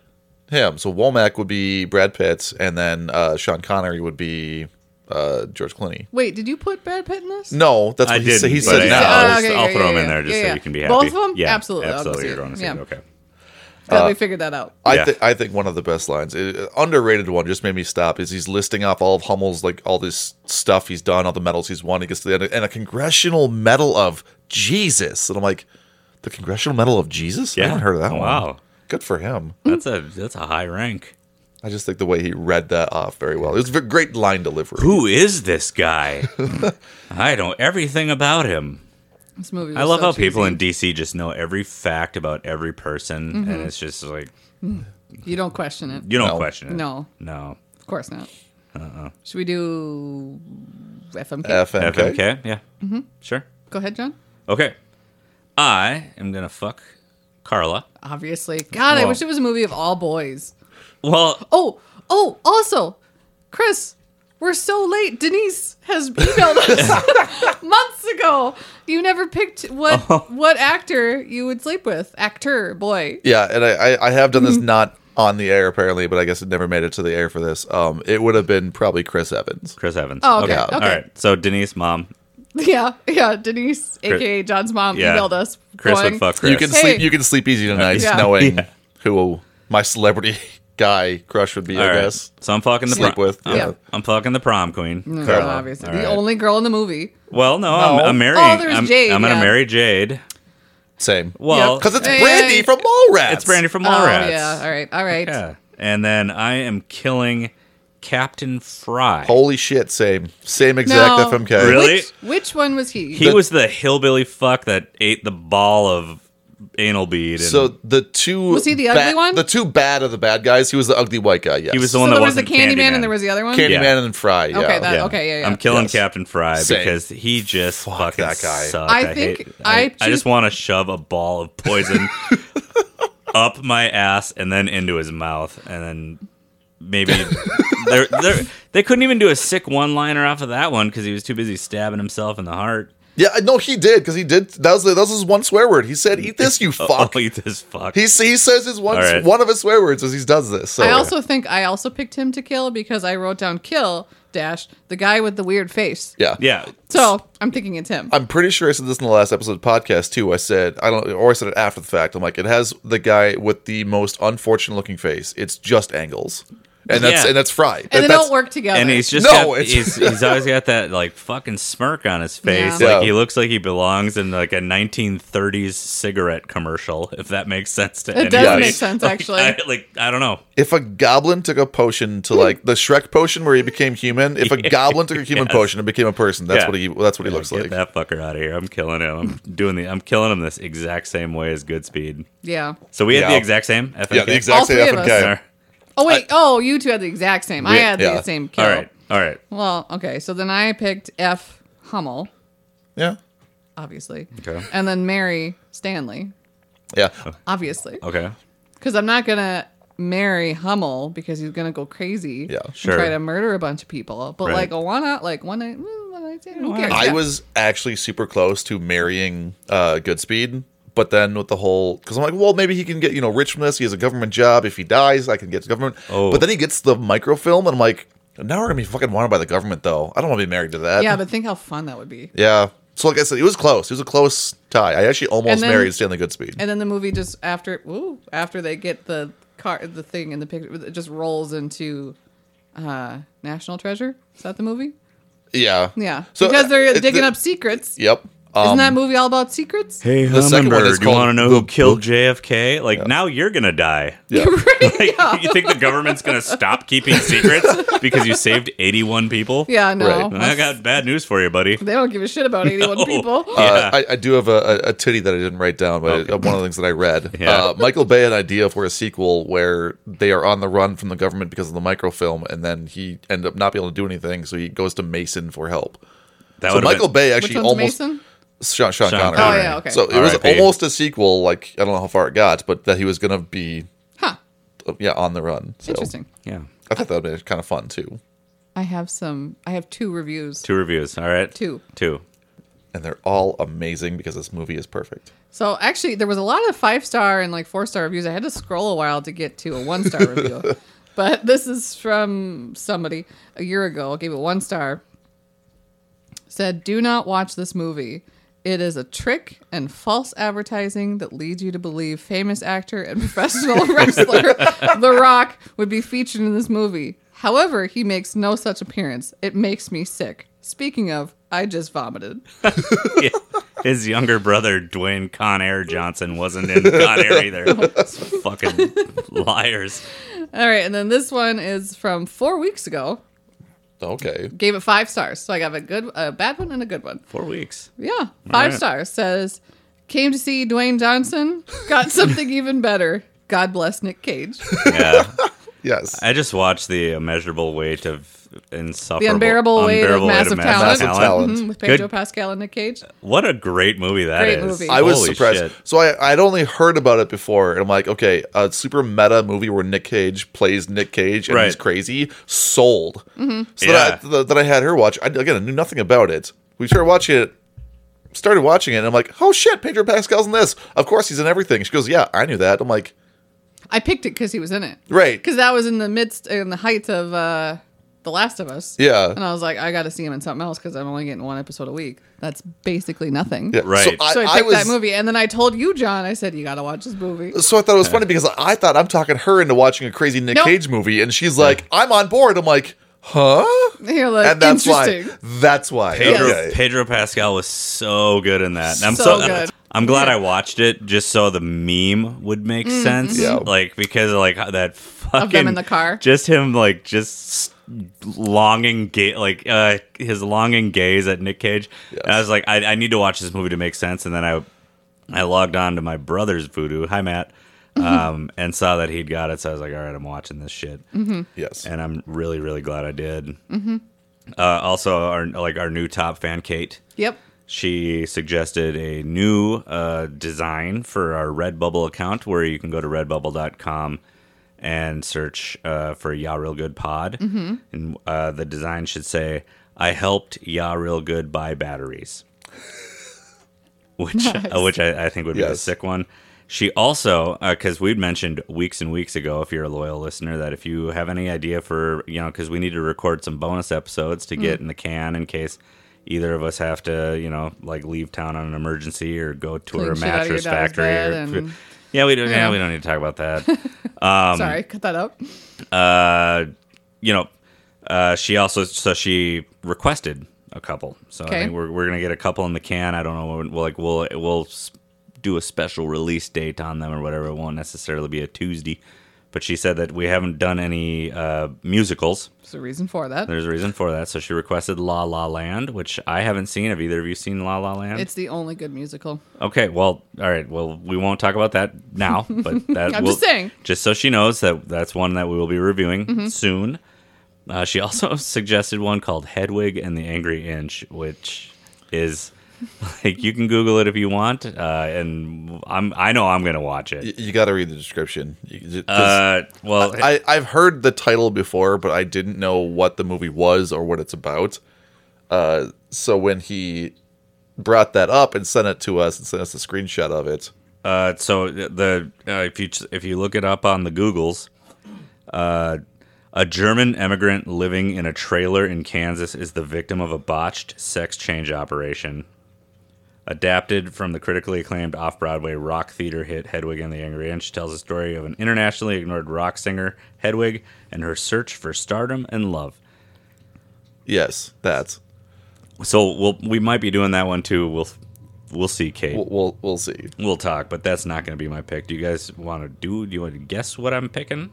Speaker 5: him. So Womack would be Brad Pitt, and then uh, Sean Connery would be uh, George Clooney.
Speaker 3: Wait, did you put Brad Pitt in this?
Speaker 5: No, that's
Speaker 4: I
Speaker 5: what he
Speaker 4: did.
Speaker 5: said. He
Speaker 4: but
Speaker 5: said
Speaker 4: I-
Speaker 5: now.
Speaker 4: I'll,
Speaker 3: Oh, okay,
Speaker 4: I'll
Speaker 3: yeah,
Speaker 4: throw him
Speaker 3: yeah,
Speaker 4: in there just
Speaker 3: yeah,
Speaker 4: so
Speaker 3: yeah.
Speaker 4: you can be happy.
Speaker 3: Both of 'em?
Speaker 4: Yeah,
Speaker 3: Absolutely, I'll go
Speaker 4: Absolutely.
Speaker 3: see
Speaker 4: You're
Speaker 3: it.
Speaker 4: on the
Speaker 3: Yeah.
Speaker 4: same. Okay.
Speaker 3: Glad we figured that out.
Speaker 5: Uh, I,
Speaker 4: Yeah.
Speaker 5: thi- I think one of the best lines, uh, underrated one, just made me stop. Is he's listing off all of Hummel's like all this stuff he's done, all the medals he's won. He gets to the end, and a congressional medal of Jesus, and I'm like, the congressional medal of Jesus. I
Speaker 4: Yeah.
Speaker 5: haven't heard of that one.
Speaker 4: Wow.
Speaker 5: good for him.
Speaker 4: That's a that's a high rank.
Speaker 5: I just think the way he read that off very well. It was a v- great line delivery.
Speaker 4: Who is this guy? I know everything about him.
Speaker 3: This movie.
Speaker 4: I
Speaker 3: was
Speaker 4: love
Speaker 3: so
Speaker 4: how people
Speaker 3: cheesy. Mm-hmm.
Speaker 4: in DC just know every fact about every person, and it's just like
Speaker 3: you don't question it.
Speaker 4: you don't
Speaker 5: No.
Speaker 4: question it.
Speaker 3: No.
Speaker 4: no.
Speaker 3: Of course not.
Speaker 5: Uh-uh.
Speaker 3: Should we do FMK?
Speaker 5: FMK.
Speaker 4: FMK, yeah, mm-hmm. sure,
Speaker 3: Go ahead, John.
Speaker 4: okay. I am gonna fuck Carla.
Speaker 3: Obviously, God, I
Speaker 4: Well-
Speaker 3: wish it was a movie of all boys.
Speaker 4: Well,
Speaker 3: Oh, oh, also, Chris, we're so late. Denise has emailed us months ago. You never picked what
Speaker 4: Oh.
Speaker 3: what actor you would sleep with. Actor, boy.
Speaker 5: Yeah, and I, I, I have done this not on the air apparently, but I guess it never made it to the air for this. Um, it would have been probably Chris Evans.
Speaker 4: Chris Evans.
Speaker 3: Oh, okay, okay.
Speaker 4: all right. So Denise, mom,
Speaker 3: Yeah, yeah. Denise, aka John's mom,
Speaker 4: yeah,
Speaker 3: emailed us.
Speaker 4: Chris
Speaker 3: going,
Speaker 4: would fuck Chris.
Speaker 5: You can
Speaker 3: Hey.
Speaker 5: sleep. You can sleep easy tonight,
Speaker 3: Yeah.
Speaker 5: knowing who my celebrity guy crush would be.
Speaker 4: All
Speaker 5: I
Speaker 4: right.
Speaker 5: guess.
Speaker 4: So I'm fucking the
Speaker 5: Sleep
Speaker 4: prom-
Speaker 5: with,
Speaker 4: I'm,
Speaker 5: yeah.
Speaker 4: I'm fucking the prom queen.
Speaker 3: No,
Speaker 5: Carla.
Speaker 3: obviously,
Speaker 4: All
Speaker 3: the
Speaker 4: right.
Speaker 3: only girl in the movie.
Speaker 4: Well, no, I'm,
Speaker 5: No.
Speaker 4: I'm marrying.
Speaker 3: Oh, there's
Speaker 4: I'm,
Speaker 3: Jade,
Speaker 4: I'm gonna
Speaker 3: yeah.
Speaker 4: marry Jade.
Speaker 5: Same.
Speaker 4: Well,
Speaker 5: because it's
Speaker 3: Hey,
Speaker 5: Brandy
Speaker 3: hey.
Speaker 5: from Mallrats.
Speaker 4: it's Brandy from
Speaker 3: oh
Speaker 4: Mallrats.
Speaker 3: yeah. All right. All right.
Speaker 4: Yeah. And then I am killing Captain Fry.
Speaker 5: Holy shit! Same. Same exact
Speaker 3: No.
Speaker 5: FMK.
Speaker 4: Really?
Speaker 3: Which, which one was he?
Speaker 4: he was the hillbilly fuck that ate the ball of anal bead. And
Speaker 5: So the two
Speaker 3: Was he the
Speaker 5: ba-
Speaker 3: ugly one?
Speaker 5: The two bad of the bad guys. He was the ugly white guy. Yes.
Speaker 4: he was the
Speaker 3: so
Speaker 4: one
Speaker 3: there
Speaker 4: that
Speaker 3: was the
Speaker 4: wasn't
Speaker 3: Candyman,
Speaker 4: Candyman,
Speaker 3: and there was the other one.
Speaker 5: Candyman
Speaker 4: Yeah.
Speaker 5: and Fry. Yeah.
Speaker 3: Okay, that- Uh, okay, yeah, yeah.
Speaker 4: I'm killing
Speaker 5: Yes.
Speaker 4: Captain Fry
Speaker 5: Same.
Speaker 4: because he just fucking
Speaker 5: that guy.
Speaker 4: sucked.
Speaker 3: I
Speaker 4: I,
Speaker 3: think
Speaker 4: hate-
Speaker 3: I
Speaker 4: I, I
Speaker 3: choose-
Speaker 4: just want to shove a ball of poison up my ass and then into his mouth and then maybe they're, they're, they couldn't even do a sick one-liner off of that one because he was too busy stabbing himself in the heart.
Speaker 5: Yeah. No, he did because he did. That was the, that was his one swear word. He said, "Eat this, you fuck."
Speaker 4: Oh, eat this fuck.
Speaker 5: He, s- he says his one
Speaker 4: All right.
Speaker 5: one of his swear words as he does this. So
Speaker 3: I also think I also picked him to kill because I wrote down kill dash the guy with the weird face.
Speaker 5: yeah
Speaker 4: yeah.
Speaker 3: So I'm thinking it's him.
Speaker 5: I'm pretty sure I said this in the last episode of the podcast too. I said I don't, or I said it after the fact. I'm like, it has the guy with the most unfortunate looking face. It's just angles, and that's
Speaker 4: Yeah.
Speaker 5: and that's fried.
Speaker 3: and they
Speaker 5: that's,
Speaker 3: don't work together.
Speaker 4: And he's just
Speaker 5: No,
Speaker 4: got-
Speaker 5: it's-
Speaker 4: he's, he's always got that like fucking smirk on his face.
Speaker 5: Yeah.
Speaker 4: Like
Speaker 5: Yeah.
Speaker 4: he looks like he belongs in like a 1930s cigarette commercial. If that makes sense to
Speaker 3: It
Speaker 4: anybody.
Speaker 3: does
Speaker 5: Yes.
Speaker 3: make sense
Speaker 4: Like,
Speaker 3: actually.
Speaker 4: I, like I don't know.
Speaker 5: If a goblin took a potion
Speaker 3: Hmm.
Speaker 5: to like the Shrek potion where he became human, if a goblin took a human potion and became a person, that's
Speaker 4: Yeah.
Speaker 5: what he that's what he looks
Speaker 4: Get
Speaker 5: like.
Speaker 4: that fucker out of here. I'm killing him. I'm doing the. I'm killing him this exact same way as Goodspeed.
Speaker 3: yeah.
Speaker 4: So we had the
Speaker 5: Yeah.
Speaker 4: exact same. FMK?
Speaker 5: Yeah, the exact
Speaker 3: All
Speaker 5: same
Speaker 3: three of
Speaker 5: FMK.
Speaker 3: us. Oh wait. oh, you two had the exact same. I
Speaker 4: Yeah.
Speaker 3: had
Speaker 5: Yeah.
Speaker 3: the same kill.
Speaker 4: All right. All right.
Speaker 3: Well, okay. So then I picked F Hummel,
Speaker 5: Yeah,
Speaker 3: obviously,
Speaker 4: Okay.
Speaker 3: and then Mary Stanley,
Speaker 5: yeah.
Speaker 3: obviously,
Speaker 4: Okay.
Speaker 3: because I'm not gonna marry Hummel because he's gonna go crazy.
Speaker 5: Yeah.
Speaker 3: and
Speaker 4: Sure.
Speaker 3: Try to murder a bunch of people, but
Speaker 4: Right.
Speaker 3: like a one night, like one night, mm, one night stand, who cares?
Speaker 5: I
Speaker 3: Yeah.
Speaker 5: was actually super close to marrying uh, Goodspeed, but then with the whole, because I'm like, well, maybe he can get you know rich from this. He has a government job. If he dies, I can get the government.
Speaker 4: Oh.
Speaker 5: But then he gets the microfilm, and I'm like, now we're gonna be fucking wanted by the government, though. I don't want to be married to that.
Speaker 3: Yeah, but think how fun that would be.
Speaker 5: yeah. So like I said, it was close. It was a close tie. I actually almost
Speaker 3: And then-
Speaker 5: married Stanley Goodspeed.
Speaker 3: And then the movie just after ooh, after they get the car the thing in the picture it just rolls into uh National Treasure. Is that the movie?
Speaker 5: Yeah.
Speaker 3: Yeah.
Speaker 5: So,
Speaker 3: because
Speaker 5: uh,
Speaker 3: they're
Speaker 5: it-
Speaker 3: digging
Speaker 5: the-
Speaker 3: up secrets.
Speaker 5: Yep. Um,
Speaker 3: Isn't that movie all about secrets?
Speaker 4: Hey,
Speaker 5: The second one is
Speaker 4: Hummingbird, you
Speaker 5: called
Speaker 4: want to know
Speaker 5: The
Speaker 4: who killed
Speaker 5: Book-
Speaker 4: JFK? Like, now you're going to die.
Speaker 5: yeah.
Speaker 4: Like, you think the government's going to stop keeping secrets because you saved 81 people?
Speaker 3: Yeah, no.
Speaker 5: Right.
Speaker 4: I got bad news for you, buddy. Oh.
Speaker 3: They don't give a shit about 81 people.
Speaker 5: Uh, I, I do have a, a, a titty that I didn't write down, but
Speaker 4: Okay.
Speaker 5: uh, one of the things that I read.
Speaker 4: Yeah.
Speaker 5: Uh, Michael Bay had an idea for a sequel where they are on the run from the government because of the microfilm, and then he ended up not being able to do anything, so he goes to Mason for help.
Speaker 4: That
Speaker 5: So
Speaker 4: would've
Speaker 5: Michael
Speaker 4: been-
Speaker 5: Bay
Speaker 3: Which
Speaker 5: actually
Speaker 3: one's
Speaker 5: almost
Speaker 3: Mason?
Speaker 5: Sean, Sean,
Speaker 4: Sean
Speaker 5: Connery.
Speaker 4: Connery.
Speaker 3: Oh, yeah, okay.
Speaker 5: So it was
Speaker 4: R.I.P..
Speaker 5: almost a sequel. Like I don't know how far it got, but that he was gonna be,
Speaker 3: Huh.
Speaker 5: uh, yeah, on the run. So
Speaker 3: Interesting.
Speaker 4: Yeah.
Speaker 5: I thought that would be kind of fun too,
Speaker 3: I have some. I have two reviews.
Speaker 4: Two reviews. All right.
Speaker 3: Two.
Speaker 4: Two.
Speaker 5: and they're all amazing because this movie is perfect.
Speaker 3: So actually, there was a lot of five star and like four star reviews. I had to scroll a while to get to a one star review. But this is from somebody a year ago. Gave it one star. Said, "Do not watch this movie. It is a trick and false advertising that leads you to believe famous actor and professional wrestler The Rock would be featured in this movie. However, he makes no such appearance. It makes me sick. Speaking of, I just vomited."
Speaker 4: Yeah. His younger brother, Dwayne Conair Johnson, wasn't in Conair either. Fucking liars.
Speaker 3: All right, and then this one is from four weeks ago.
Speaker 5: Okay,
Speaker 3: Gave it five stars, so I got a good, a bad one, and a good one.
Speaker 4: Four weeks.
Speaker 3: Yeah, five
Speaker 4: right.
Speaker 3: stars. Says came to see Dwayne Johnson. Got something even better. God bless Nick Cage.
Speaker 4: Yeah.
Speaker 5: yes,
Speaker 4: I just watched the immeasurable weight of insufferable,
Speaker 3: The unbearable weight of
Speaker 4: unbearable
Speaker 3: massive talent.
Speaker 5: massive talent.
Speaker 3: Mhm, with Pedro
Speaker 4: Good.
Speaker 3: Pascal and Nick Cage.
Speaker 4: What a great movie that is!
Speaker 3: Great movie.
Speaker 5: I was
Speaker 4: Holy
Speaker 5: surprised.
Speaker 4: shit.
Speaker 5: So I, I'd only heard about it before, and I'm like, okay, a super meta movie where Nick Cage plays Nick Cage and he's
Speaker 4: Right.
Speaker 5: crazy, sold.
Speaker 3: Mm-hmm.
Speaker 5: So
Speaker 4: Yeah.
Speaker 5: that, I, th- that I had her watch. I again I knew nothing about it. We started watching it, started watching it, and I'm like, oh shit, Pedro Pascal's in this. Of course he's in everything. She goes, yeah, I knew that. I'm like,
Speaker 3: I picked it because he was in it.
Speaker 5: right,
Speaker 3: Because that was in the midst, in the height of uh, The Last of Us.
Speaker 5: yeah,
Speaker 3: And I was like, I got to see him in something else because I'm only getting one episode a week. That's basically nothing.
Speaker 5: yeah.
Speaker 4: Right.
Speaker 3: So I picked that movie, and then I told you, John. I said you got to watch this movie.
Speaker 5: So I thought it was funny because I thought I'm talking her into watching a crazy Nick
Speaker 3: Nope.
Speaker 5: Cage movie, and she's like, I'm on board. I'm like, huh?
Speaker 3: You're like,
Speaker 5: and that's why.
Speaker 3: interesting.
Speaker 5: That's why.
Speaker 4: Pedro,
Speaker 5: Okay.
Speaker 4: Pedro Pascal was so good in that. And I'm
Speaker 3: So
Speaker 4: so,
Speaker 3: good.
Speaker 4: I'm glad I watched it just so the meme would make sense.
Speaker 5: Yeah.
Speaker 4: Like because of like how that fucking
Speaker 3: Mm-hmm. in the car.
Speaker 4: Just him like just longing ga- like uh his longing gaze at Nick Cage. And I was like I, I need to watch this movie to make sense and then I I logged on to my brother's Voodoo. Hi Matt.
Speaker 3: Mm-hmm.
Speaker 4: Um, and saw that he'd got it, so I was like, "All right, I'm watching this shit."
Speaker 5: Yes.
Speaker 4: and I'm really, really glad I did. Mm-hmm. Uh, also, our like our new top fan, Kate.
Speaker 3: Yep.
Speaker 4: She suggested a new uh, design for our Redbubble account, where you can go to redbubble.com and search uh, for Ya Real Good Pod, mm-hmm. and uh, the design should say, "I helped Ya Real Good buy batteries," which uh, which I, I think would be a
Speaker 5: Yes.
Speaker 4: sick one. She also, because we'd mentioned weeks and weeks ago, if you're a loyal listener, that if you have any idea for, you know, because we need to record some bonus episodes to
Speaker 3: Mm.
Speaker 4: get in the can in case either of us have to, you know, like leave town on an emergency or go
Speaker 3: Clean
Speaker 4: tour a
Speaker 3: shit out of your
Speaker 4: mattress
Speaker 3: dog's
Speaker 4: factory. Or,
Speaker 3: bed and-
Speaker 4: yeah, we don't. Yeah, we don't need to talk about that.
Speaker 3: Sorry, cut that out.
Speaker 4: uh, you know, uh, she also so she requested a couple. So
Speaker 3: Okay.
Speaker 4: I think we're we're gonna get a couple in the can. I don't know. when- We'll, like we'll we'll s- do a special release date on them or whatever. It won't necessarily be a Tuesday. But she said that we haven't done any uh, musicals.
Speaker 3: There's a reason for that.
Speaker 4: There's a reason for that. So she requested La La Land, which I haven't seen. Have either of you seen La La Land?
Speaker 3: It's the only good musical.
Speaker 4: Okay, well, all right. Well, we won't talk about that now, but that
Speaker 3: I'm
Speaker 4: will-
Speaker 3: just saying. Mm-hmm.
Speaker 4: just so she knows that that's one that we will be reviewing soon. Uh, she also suggested one called Hedwig and the Angry Inch, which is like you can Google it if you want, uh, and I'm I know I'm gonna watch
Speaker 5: Y-
Speaker 4: it.
Speaker 5: You got to read the description. You- you- 'cause
Speaker 4: Uh, well,
Speaker 5: I, I've heard the title before, but I didn't know what the movie was or what it's about. Uh, so when he brought that up and sent it to us and sent us a screenshot of it,
Speaker 4: Uh, so the uh, if you if you look it up on the Googles, uh, a German immigrant living in a trailer in Kansas is the victim of a botched sex change operation. Adapted from the critically acclaimed off Broadway rock theater hit Hedwig and the Angry Inch, tells the story of an internationally ignored rock singer, Hedwig, and her search for stardom and love.
Speaker 5: yes, that.
Speaker 4: So we'll we might be doing that one too. We'll we'll see, Kate.
Speaker 5: We'll, we'll, we'll see.
Speaker 4: We'll talk, but that's not going to be my pick. Do you guys want to do? Do you want to guess what I'm picking?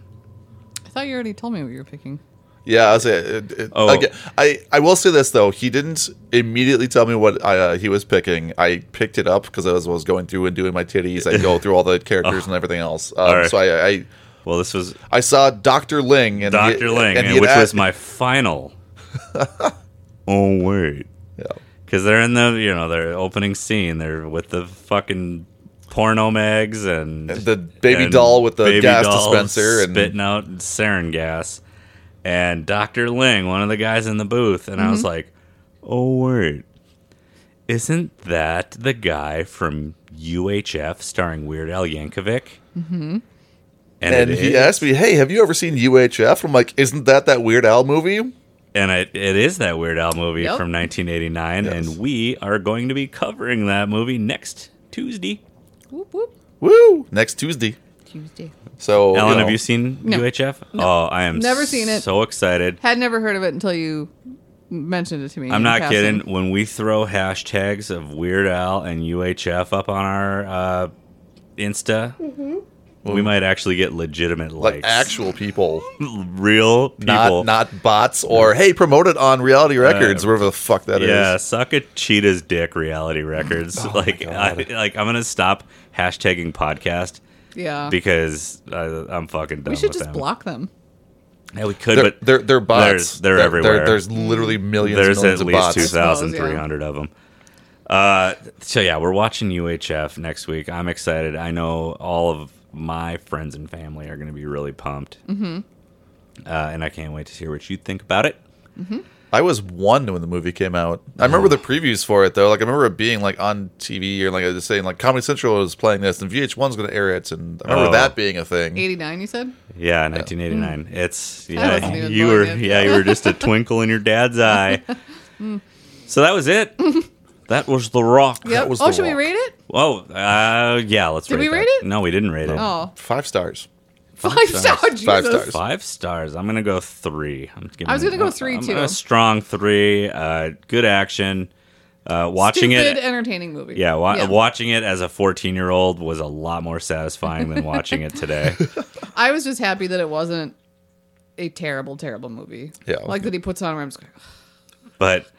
Speaker 3: I thought you already told me what you were picking.
Speaker 5: Yeah, I'll say it, it-
Speaker 4: Oh.
Speaker 5: again, I I will say this though. He didn't immediately tell me what I, uh, he was picking. I picked it up because I was, was going through and doing my titties. I go through all the characters and everything else. Um,
Speaker 4: right.
Speaker 5: So I, I
Speaker 4: Well, this was
Speaker 5: I saw Doctor Ling and he-
Speaker 4: Doctor Ling,
Speaker 5: and he
Speaker 4: and
Speaker 5: had
Speaker 4: which
Speaker 5: a-
Speaker 4: was my final. oh wait,
Speaker 5: Yeah.
Speaker 4: because they're in the you know their opening scene. They're with the fucking porno mags and
Speaker 5: the baby
Speaker 4: and
Speaker 5: doll with the
Speaker 4: baby
Speaker 5: gas
Speaker 4: doll
Speaker 5: dispenser and
Speaker 4: spitting out sarin gas. And Doctor Ling, one of the guys in the booth, and
Speaker 5: Mm-hmm.
Speaker 4: I was like, "Oh word, isn't that the guy from UHF starring Weird Al Yankovic?" Mm-hmm. And,
Speaker 5: and
Speaker 4: it
Speaker 5: he
Speaker 4: is.
Speaker 5: asked me, "Hey, have you ever seen UHF?" I'm like, "Isn't that that Weird Al movie?"
Speaker 4: and it, it is that Weird Al movie
Speaker 3: Yep.
Speaker 4: from 1989,
Speaker 5: Yes.
Speaker 4: and we are going to be covering that movie next Tuesday.
Speaker 3: Whoop whoop.
Speaker 5: Woo! Next Tuesday.
Speaker 3: Tuesday.
Speaker 5: So
Speaker 4: Ellen,
Speaker 5: know,
Speaker 4: have you seen
Speaker 3: No.
Speaker 4: UHF? Oh, I am
Speaker 3: Never seen it.
Speaker 4: So excited!
Speaker 3: Had never heard of it until you mentioned it to me.
Speaker 4: I'm
Speaker 3: in
Speaker 4: not
Speaker 3: passing.
Speaker 4: kidding. When we throw hashtags of Weird Al and UHF up on our uh, Insta, we might actually get legitimate
Speaker 5: Mm-hmm. like
Speaker 4: likes.
Speaker 5: actual people,
Speaker 4: real people. Uh,
Speaker 5: not not bots or hey, promote it on Reality Records, wherever the fuck that is.
Speaker 4: yeah, suck a cheetah's dick. Reality records.
Speaker 5: Oh
Speaker 4: like, I, like I'm gonna stop hashtagging podcast
Speaker 3: Yeah.
Speaker 4: because I, I'm fucking
Speaker 3: Oh.
Speaker 4: done.
Speaker 3: we should
Speaker 4: with
Speaker 3: just
Speaker 4: them.
Speaker 3: block them.
Speaker 4: Yeah, we could,
Speaker 5: They're,
Speaker 4: but
Speaker 5: they're, they're bots.
Speaker 4: There's- they're everywhere.
Speaker 5: there's literally millions.
Speaker 4: there's at
Speaker 5: millions of
Speaker 4: least
Speaker 5: bots.
Speaker 3: two- suppose,
Speaker 4: 2,300 of them. Uh, so yeah, we're watching UHF next week. I'm excited. I know all of my friends and family are going to be really pumped, mm-hmm. uh, and I can't wait to hear what you think about it.
Speaker 5: I was one when the movie came out. I remember the previews for it though. Like I remember it being like on TV or like I was just saying like Comedy Central is playing this and VH1's going to air it. And I remember
Speaker 4: Oh.
Speaker 5: that being a thing.
Speaker 3: 89, you said?
Speaker 4: Yeah, 1989. It's
Speaker 3: Mm. wasn't
Speaker 4: yeah,
Speaker 3: even
Speaker 4: you
Speaker 3: born
Speaker 4: were
Speaker 3: yet.
Speaker 4: yeah, you were just a twinkle in your dad's eye. Mm. so that was it. that was the rock.
Speaker 3: Yep.
Speaker 5: was
Speaker 3: Oh,
Speaker 5: The
Speaker 3: should we
Speaker 5: Rock.
Speaker 3: rate it?
Speaker 4: Whoa. Uh, yeah, let's.
Speaker 3: Did
Speaker 4: rate
Speaker 3: we
Speaker 4: that.
Speaker 3: rate it?
Speaker 4: No, we didn't rate it.
Speaker 3: Oh,
Speaker 5: Five stars.
Speaker 3: five
Speaker 4: stars.
Speaker 3: stars. Jesus.
Speaker 5: Five stars.
Speaker 4: Five stars. I'm gonna go three. I'm giving
Speaker 3: I was gonna go
Speaker 4: I'm-
Speaker 3: three,
Speaker 4: I'm
Speaker 3: too.
Speaker 4: A strong three. Uh, good action. Uh, watching
Speaker 3: Stupid,
Speaker 4: it.
Speaker 3: entertaining movie.
Speaker 4: Yeah, wa- watching it as a 14 year old was a lot more satisfying than watching it today.
Speaker 3: I was just happy that it wasn't a terrible, terrible movie.
Speaker 5: Yeah.
Speaker 3: Like that he puts on where I'm just going,
Speaker 4: But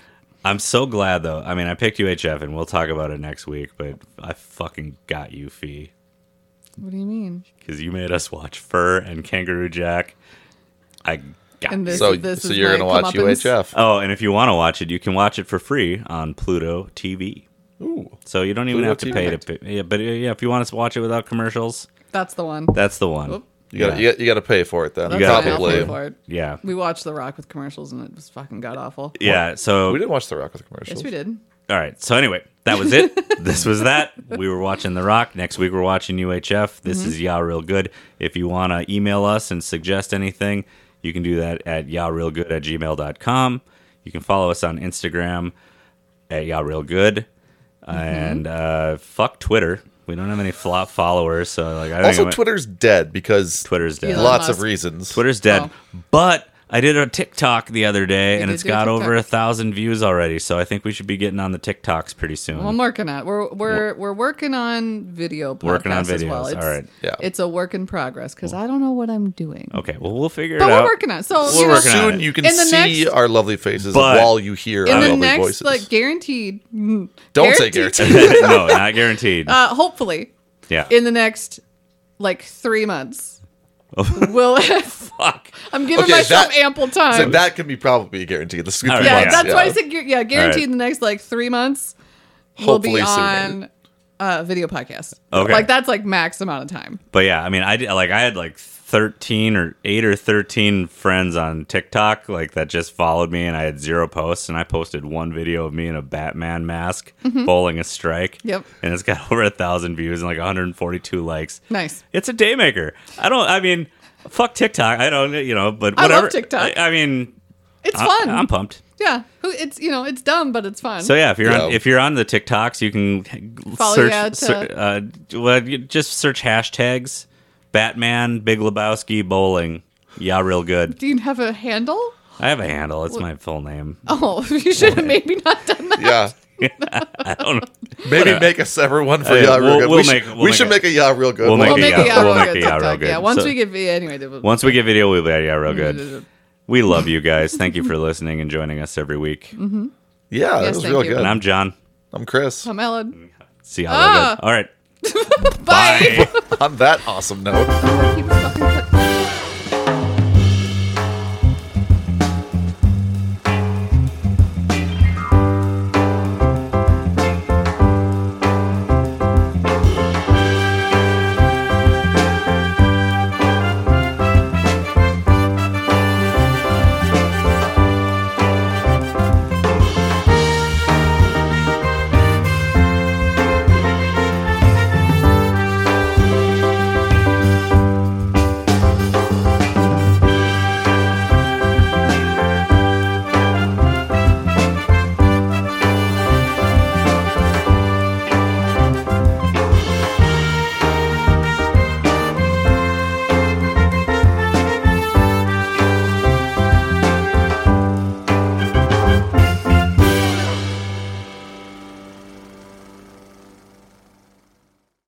Speaker 4: I'm so glad though. I mean, I picked UHF, and we'll talk about it next week. But I fucking got you, Fee,
Speaker 3: what do you mean?
Speaker 4: because you made us watch Fur and Kangaroo Jack. I got
Speaker 3: And
Speaker 4: you.
Speaker 3: this,
Speaker 5: So
Speaker 3: this
Speaker 5: so
Speaker 3: is
Speaker 5: you're
Speaker 3: my
Speaker 5: going to watch
Speaker 3: comeuppance.
Speaker 5: UHF.
Speaker 4: Oh, and if you want to watch it, you can watch it for free on Pluto TV.
Speaker 5: Ooh.
Speaker 4: So you don't even
Speaker 5: Pluto
Speaker 4: have to
Speaker 5: TV.
Speaker 4: pay to pay. Yeah, but uh, yeah, if you want us to watch it without commercials,
Speaker 3: That's the one.
Speaker 4: that's the one.
Speaker 3: Oop.
Speaker 5: You got to you, got to pay for it then.
Speaker 3: That's
Speaker 4: gotta
Speaker 3: fine, I'll
Speaker 4: probably-
Speaker 3: pay for it.
Speaker 4: Yeah.
Speaker 3: We watched The Rock with commercials and it was fucking god awful.
Speaker 4: Yeah. So
Speaker 5: We didn't watch The Rock with
Speaker 3: Yes,
Speaker 5: commercials.
Speaker 3: we did.
Speaker 4: all right. So anyway, that was it. this was that. We were watching The Rock. Next week we're watching UHF. This is Ya Real Good. If you want to email us and suggest anything, you can do that at yarealgood at gmail.com. You can follow us on Instagram at Ya Real Good. And uh, fuck Twitter. We don't have any flop followers, so like I think
Speaker 5: Also,
Speaker 4: I'm-
Speaker 5: Twitter's dead because
Speaker 4: Twitter's dead.
Speaker 3: Elon
Speaker 5: lots of
Speaker 3: Musk. Oh.
Speaker 5: reasons.
Speaker 4: Twitter's dead. But I did a TikTok the other day, and
Speaker 3: did
Speaker 4: it's
Speaker 3: do a
Speaker 4: got
Speaker 3: TikTok.
Speaker 4: over a thousand views already. So I think we should be getting on the TikToks pretty soon.
Speaker 3: I'm working on it. We're we're we're working on video.
Speaker 4: Working on
Speaker 3: podcasts As well.
Speaker 4: videos.
Speaker 3: It's,
Speaker 4: All right.
Speaker 5: Yeah.
Speaker 3: It's a work in progress because I don't know what I'm doing.
Speaker 4: okay, well we'll figure
Speaker 3: But
Speaker 4: it
Speaker 3: we're
Speaker 4: out.
Speaker 3: working on it. So
Speaker 4: We're
Speaker 3: you know,
Speaker 4: working on
Speaker 5: Soon
Speaker 4: it.
Speaker 5: you can
Speaker 3: In the
Speaker 5: see
Speaker 3: next-
Speaker 5: our lovely faces
Speaker 4: But-
Speaker 5: while you hear
Speaker 3: in
Speaker 5: our
Speaker 3: the
Speaker 5: lovely
Speaker 3: next,
Speaker 5: voices.
Speaker 3: like guaranteed. Don't
Speaker 5: Don't say guaranteed.
Speaker 4: no, not guaranteed.
Speaker 3: Uh, hopefully,
Speaker 4: yeah.
Speaker 3: in the next like three months,
Speaker 4: Oh.
Speaker 3: we'll.
Speaker 4: Fuck.
Speaker 3: I'm giving
Speaker 5: Okay,
Speaker 3: myself
Speaker 5: that-
Speaker 3: ample
Speaker 5: so
Speaker 3: time.
Speaker 5: that can be probably guaranteed. This could be
Speaker 4: All right.
Speaker 3: yeah,
Speaker 5: months,
Speaker 3: that's
Speaker 5: yeah.
Speaker 3: why I said gu- yeah, guaranteed.
Speaker 4: right.
Speaker 3: In the next like three months,
Speaker 5: Hopefully
Speaker 3: we'll be
Speaker 5: sooner.
Speaker 3: on uh, video podcast.
Speaker 4: Okay.
Speaker 3: like that's like max amount of time.
Speaker 4: But yeah, I mean, I did, like I had like thirteen or eight or thirteen friends on TikTok like that just followed me, and I had zero posts, and I posted one video of me in a Batman mask bowling a strike.
Speaker 3: Mm-hmm. Yep.
Speaker 4: and it's got over a thousand views and like 142 likes.
Speaker 3: Nice.
Speaker 4: It's a day maker. I don't. I mean, fuck TikTok. I don't. You know, but
Speaker 3: I love
Speaker 4: whatever.
Speaker 3: TikTok.
Speaker 4: I, I mean,
Speaker 3: It's
Speaker 4: I,
Speaker 3: fun.
Speaker 4: I'm pumped.
Speaker 3: Yeah, who it's you know it's dumb, but it's fun.
Speaker 4: So yeah, if you're on
Speaker 5: Yeah.
Speaker 4: if you're on the TikToks, you can
Speaker 3: Follow
Speaker 4: search.
Speaker 3: you to-
Speaker 4: ser- uh, well, you just search hashtags Batman, Big Lebowski, bowling. Yeah, real good.
Speaker 3: Do you have a handle?
Speaker 4: I have a handle. It's my full name.
Speaker 3: Oh, you should have maybe not done that.
Speaker 5: Yeah.
Speaker 4: I don't know.
Speaker 5: Maybe make a separate one for
Speaker 4: Oh, Yeah,
Speaker 5: yeah, real
Speaker 4: we'll-
Speaker 5: good.
Speaker 4: we'll
Speaker 5: we should,
Speaker 4: make- we'll
Speaker 5: we
Speaker 4: make
Speaker 5: should
Speaker 4: it.
Speaker 5: make a yeah real good.
Speaker 4: We'll
Speaker 5: one.
Speaker 4: make
Speaker 3: We'll
Speaker 4: it
Speaker 3: make
Speaker 4: yeah,
Speaker 3: it yeah, real
Speaker 4: we'll make
Speaker 3: good.
Speaker 4: it yeah, real
Speaker 3: TikTok,
Speaker 4: good.
Speaker 3: Yeah, once
Speaker 4: So-
Speaker 3: we get video, anyway. they will-
Speaker 4: Once we get video, we'll be yeah, real good. We love you guys. Thank you for listening and joining us every week. And
Speaker 5: Yeah, that
Speaker 3: Yes,
Speaker 5: was
Speaker 3: thank
Speaker 5: real
Speaker 3: you.
Speaker 5: good.
Speaker 4: I'm
Speaker 5: I'm,
Speaker 4: John.
Speaker 5: Chris.
Speaker 3: I'm Ellen.
Speaker 4: See y'all. real good.
Speaker 3: Ah.
Speaker 4: All right.
Speaker 3: Bye.
Speaker 5: On that awesome note.
Speaker 3: Keep it